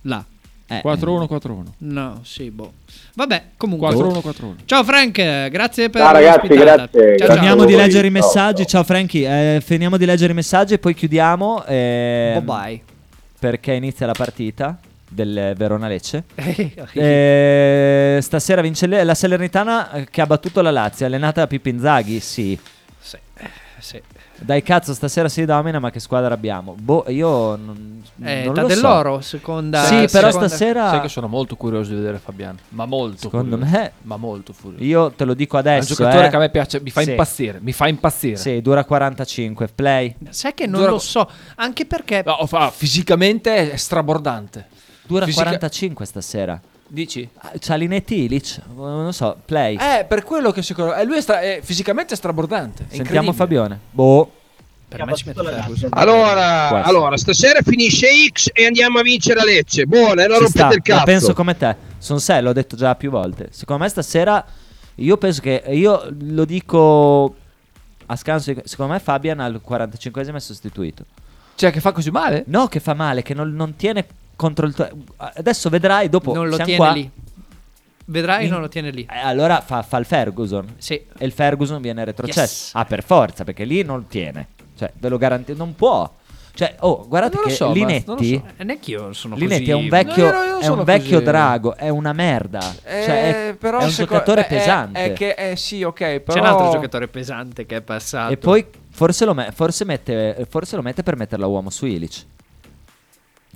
Là. Eh, 4-1-4-1. No, sì, boh. Vabbè, comunque. 4-1-4-1. Ciao Frank, grazie per Ciao, ragazzi, l'ospitata. grazie, Ciao, grazie. ciao. Finiamo di voi, leggere i ciao, messaggi. Ciao, Franchi. eh, finiamo di leggere i messaggi e poi chiudiamo. Bye ehm, bye. Perché inizia la partita del Verona Lecce. eh, Eh, stasera vince le- la Salernitana eh, che ha battuto la Lazio. Allenata da Pippinzaghi? Sì. Sì, sì. Dai cazzo, stasera si domina, ma che squadra abbiamo? Boh, io non, Eh, non lo Tadelloro, so. seconda- Sì, però seconda- stasera Eh, Sai che sono molto curioso di vedere Fabian. Ma molto. Secondo curioso. me- Ma molto furioso. Io te lo dico È un adesso. giocatore eh. che a me piace, mi fa Sì. impazzire, mi fa impazzire. Sì, dura 45. Play. Sai che non Dura- lo so, anche perché No, fa- fisicamente è strabordante. Dura Fisica- 45 stasera. Dici? Ah, Cialinetti Ilic, non lo so, play. Eh, per quello che secondo me. Lui è, stra- è fisicamente strabordante. È Sentiamo incredibile. Fabione. Boh. per me ci mette Ferguson. Ah, Allora, Quasi. allora, stasera finisce X e andiamo a vincere a Lecce. Buona, e non Ci rompete sta, il cazzo. La penso come te. Son sé, l'ho detto già più volte. Secondo me stasera io penso che io lo dico a scanso di- secondo me Fabian al 45esimo è sostituito. Cioè che fa così male? No, che fa male, che non, non tiene contro il tuo Adesso vedrai dopo non lo siamo tiene qua. lì. Vedrai, In- non lo tiene lì. Eh, Allora fa, fa il Ferguson. Sì. E il Ferguson viene retrocesso. Yes. Ah, per forza, perché lì non tiene. Cioè, ve lo garantisco, non può. Cioè, oh, guardate Non lo che so, Baz, non lo Linetti so. Eh, neanche io sono Linetti così- è un vecchio, No, io- io non è sono un vecchio così. drago, è una merda. Eh, Cioè, è, però è un secondo- giocatore eh, pesante. È, che, eh, sì, ok, però... C'è un altro giocatore pesante che è passato. E poi forse lo, me- forse mette, forse lo mette per metterla uomo su Ilic.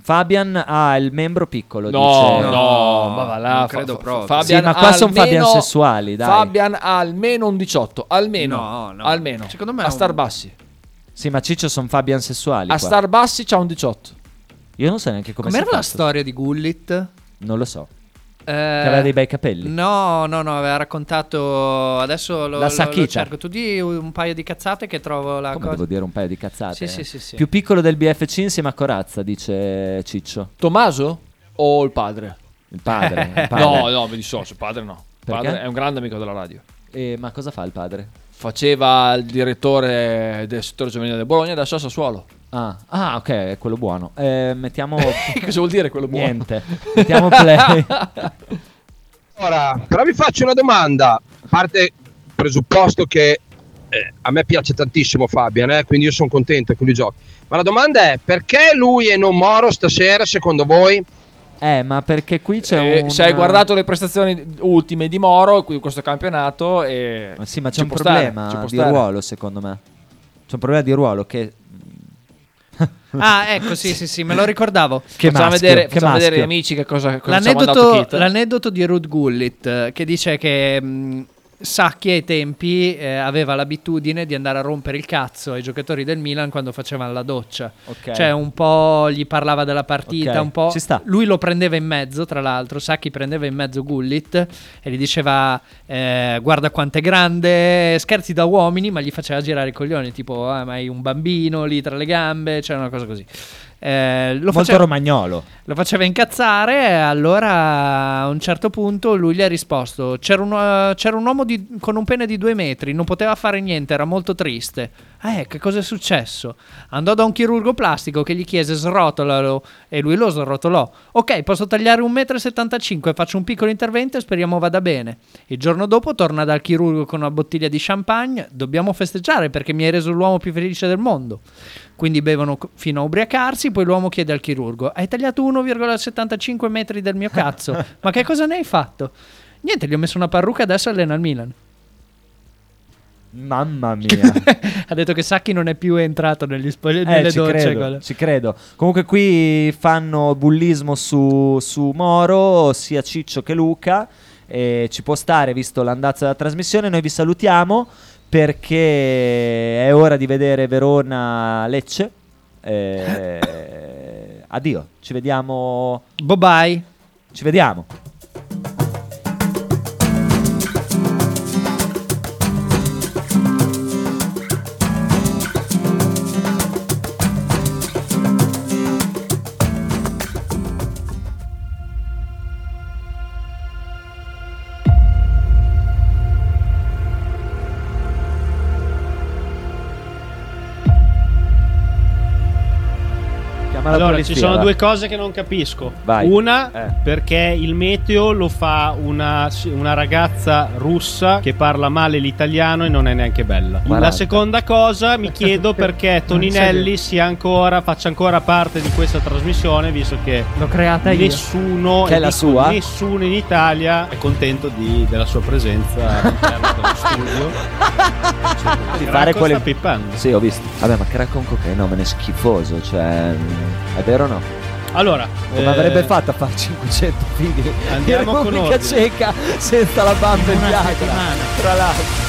Fabian ha il membro piccolo. No, dice. no, ma va là. non Fa- credo fa- proprio. Fabian Sì, ma qua son Fabian almeno- sessuali, dai. Fabian ha almeno un 18, almeno. No, no. Almeno. Secondo me è a un- star bassi. Sì, ma Ciccio sono Fabian sessuali. A qua. star bassi c'ha un 18. Io non so neanche come Com'era si è la fatto. storia di Gullit? Non lo so. Che aveva dei bei capelli. Eh, No, no, no, aveva raccontato. Adesso lo, La lo- lo Sakita. cerco. Tu di un paio di cazzate che trovo la Come Ah, cosa. devo dire un paio di cazzate. Sì, eh. sì, sì, sì. Più piccolo del BFC insieme a Corazza, dice Ciccio. Tommaso o il padre? Il padre. il Eh, padre. no, no, mi dissocio, il padre no. Il Perché? padre è un grande amico della radio. Eh, ma cosa fa il padre? Faceva il direttore del settore giovanile del Bologna, adesso a Sassuolo. Ah, ah, ok, è quello buono. Eh, mettiamo. Cosa vuol dire quello buono? Niente. Mettiamo play. Allora, però vi faccio una domanda, a parte presupposto che eh, a me piace tantissimo Fabian, eh, quindi io sono contento che lui giochi, ma la domanda è perché lui e non Moro stasera secondo voi? eh, ma perché qui c'è Eh, un. Se hai guardato le prestazioni ultime di Moro qui in questo campionato, e Ma Sì, ma c'è ci un può stare, problema ci può di stare. ruolo, secondo me. C'è un problema di ruolo che. Ah, ecco, sì, sì, sì, me lo ricordavo. Che facciamo maschio, vedere, che facciamo maschio. vedere agli amici che cosa, cosa ci ha mandato L'aneddoto, Kit. l'aneddoto di Ruth Gullit eh, che dice che mh, Sacchi ai tempi eh, aveva l'abitudine di andare a rompere il cazzo ai giocatori del Milan quando facevano la doccia. Ok. Cioè un po' gli parlava della partita, Ok, un po' ci sta. lui lo prendeva in mezzo, tra l'altro Sacchi prendeva in mezzo Gullit e gli diceva eh, guarda quanto è grande, scherzi da uomini, ma gli faceva girare i coglioni, tipo ah, ma hai un bambino lì tra le gambe, cioè una cosa così. Eh, lo Molto faceva- romagnolo. lo faceva incazzare e allora a un certo punto lui gli ha risposto c'era un, eh, c'era un uomo di- con un pene di due metri, non poteva fare niente, era molto triste. Eh, che cosa è successo? Andò da un chirurgo plastico che gli chiese srotolalo e lui lo srotolò. Ok, posso tagliare 1,75 m, faccio un piccolo intervento e speriamo vada bene. Il giorno dopo torna dal chirurgo con una bottiglia di champagne, dobbiamo festeggiare perché mi hai reso l'uomo più felice del mondo. Quindi bevono co- fino a ubriacarsi, poi l'uomo chiede al chirurgo: Hai tagliato 1,75 metri del mio cazzo, ma che cosa ne hai fatto? Niente, gli ho messo una parrucca, adesso allena il Milan. Mamma mia. ha detto che Sacchi non è più entrato negli spogliatoi Eh, nelle ci docce, credo, quello. ci credo. Comunque qui fanno bullismo su, su Moro, sia Ciccio che Luca. E ci può stare, visto l'andazzo della trasmissione. Noi vi salutiamo perché è ora di vedere Verona-Lecce. Eh, addio, ci vediamo. Bye bye. Ci vediamo. Chiama la Allora, polizia, ci sono va. due cose che non capisco. Vai. Eh. Una, perché il meteo lo fa una, una ragazza russa che parla male l'italiano e non è neanche bella. 40. La seconda cosa, mi chiedo perché Toninelli sia ancora, faccia ancora parte di questa trasmissione, visto che l'ho creata io. nessuno, Che è e la dico sua? nessuno in Italia è contento di- della sua presenza all'interno dello studio. di fare Racco quelle sta pippando. Sì, ho visto. Vabbè, ma Crack un cocainomane è schifoso, cioè mm, è vero o no? Allora, Come eh, avrebbe fatto a fare 500 figli Andiamo in con Repubblica ordine. Ceca senza la bamba in bianca? Tra l'altro.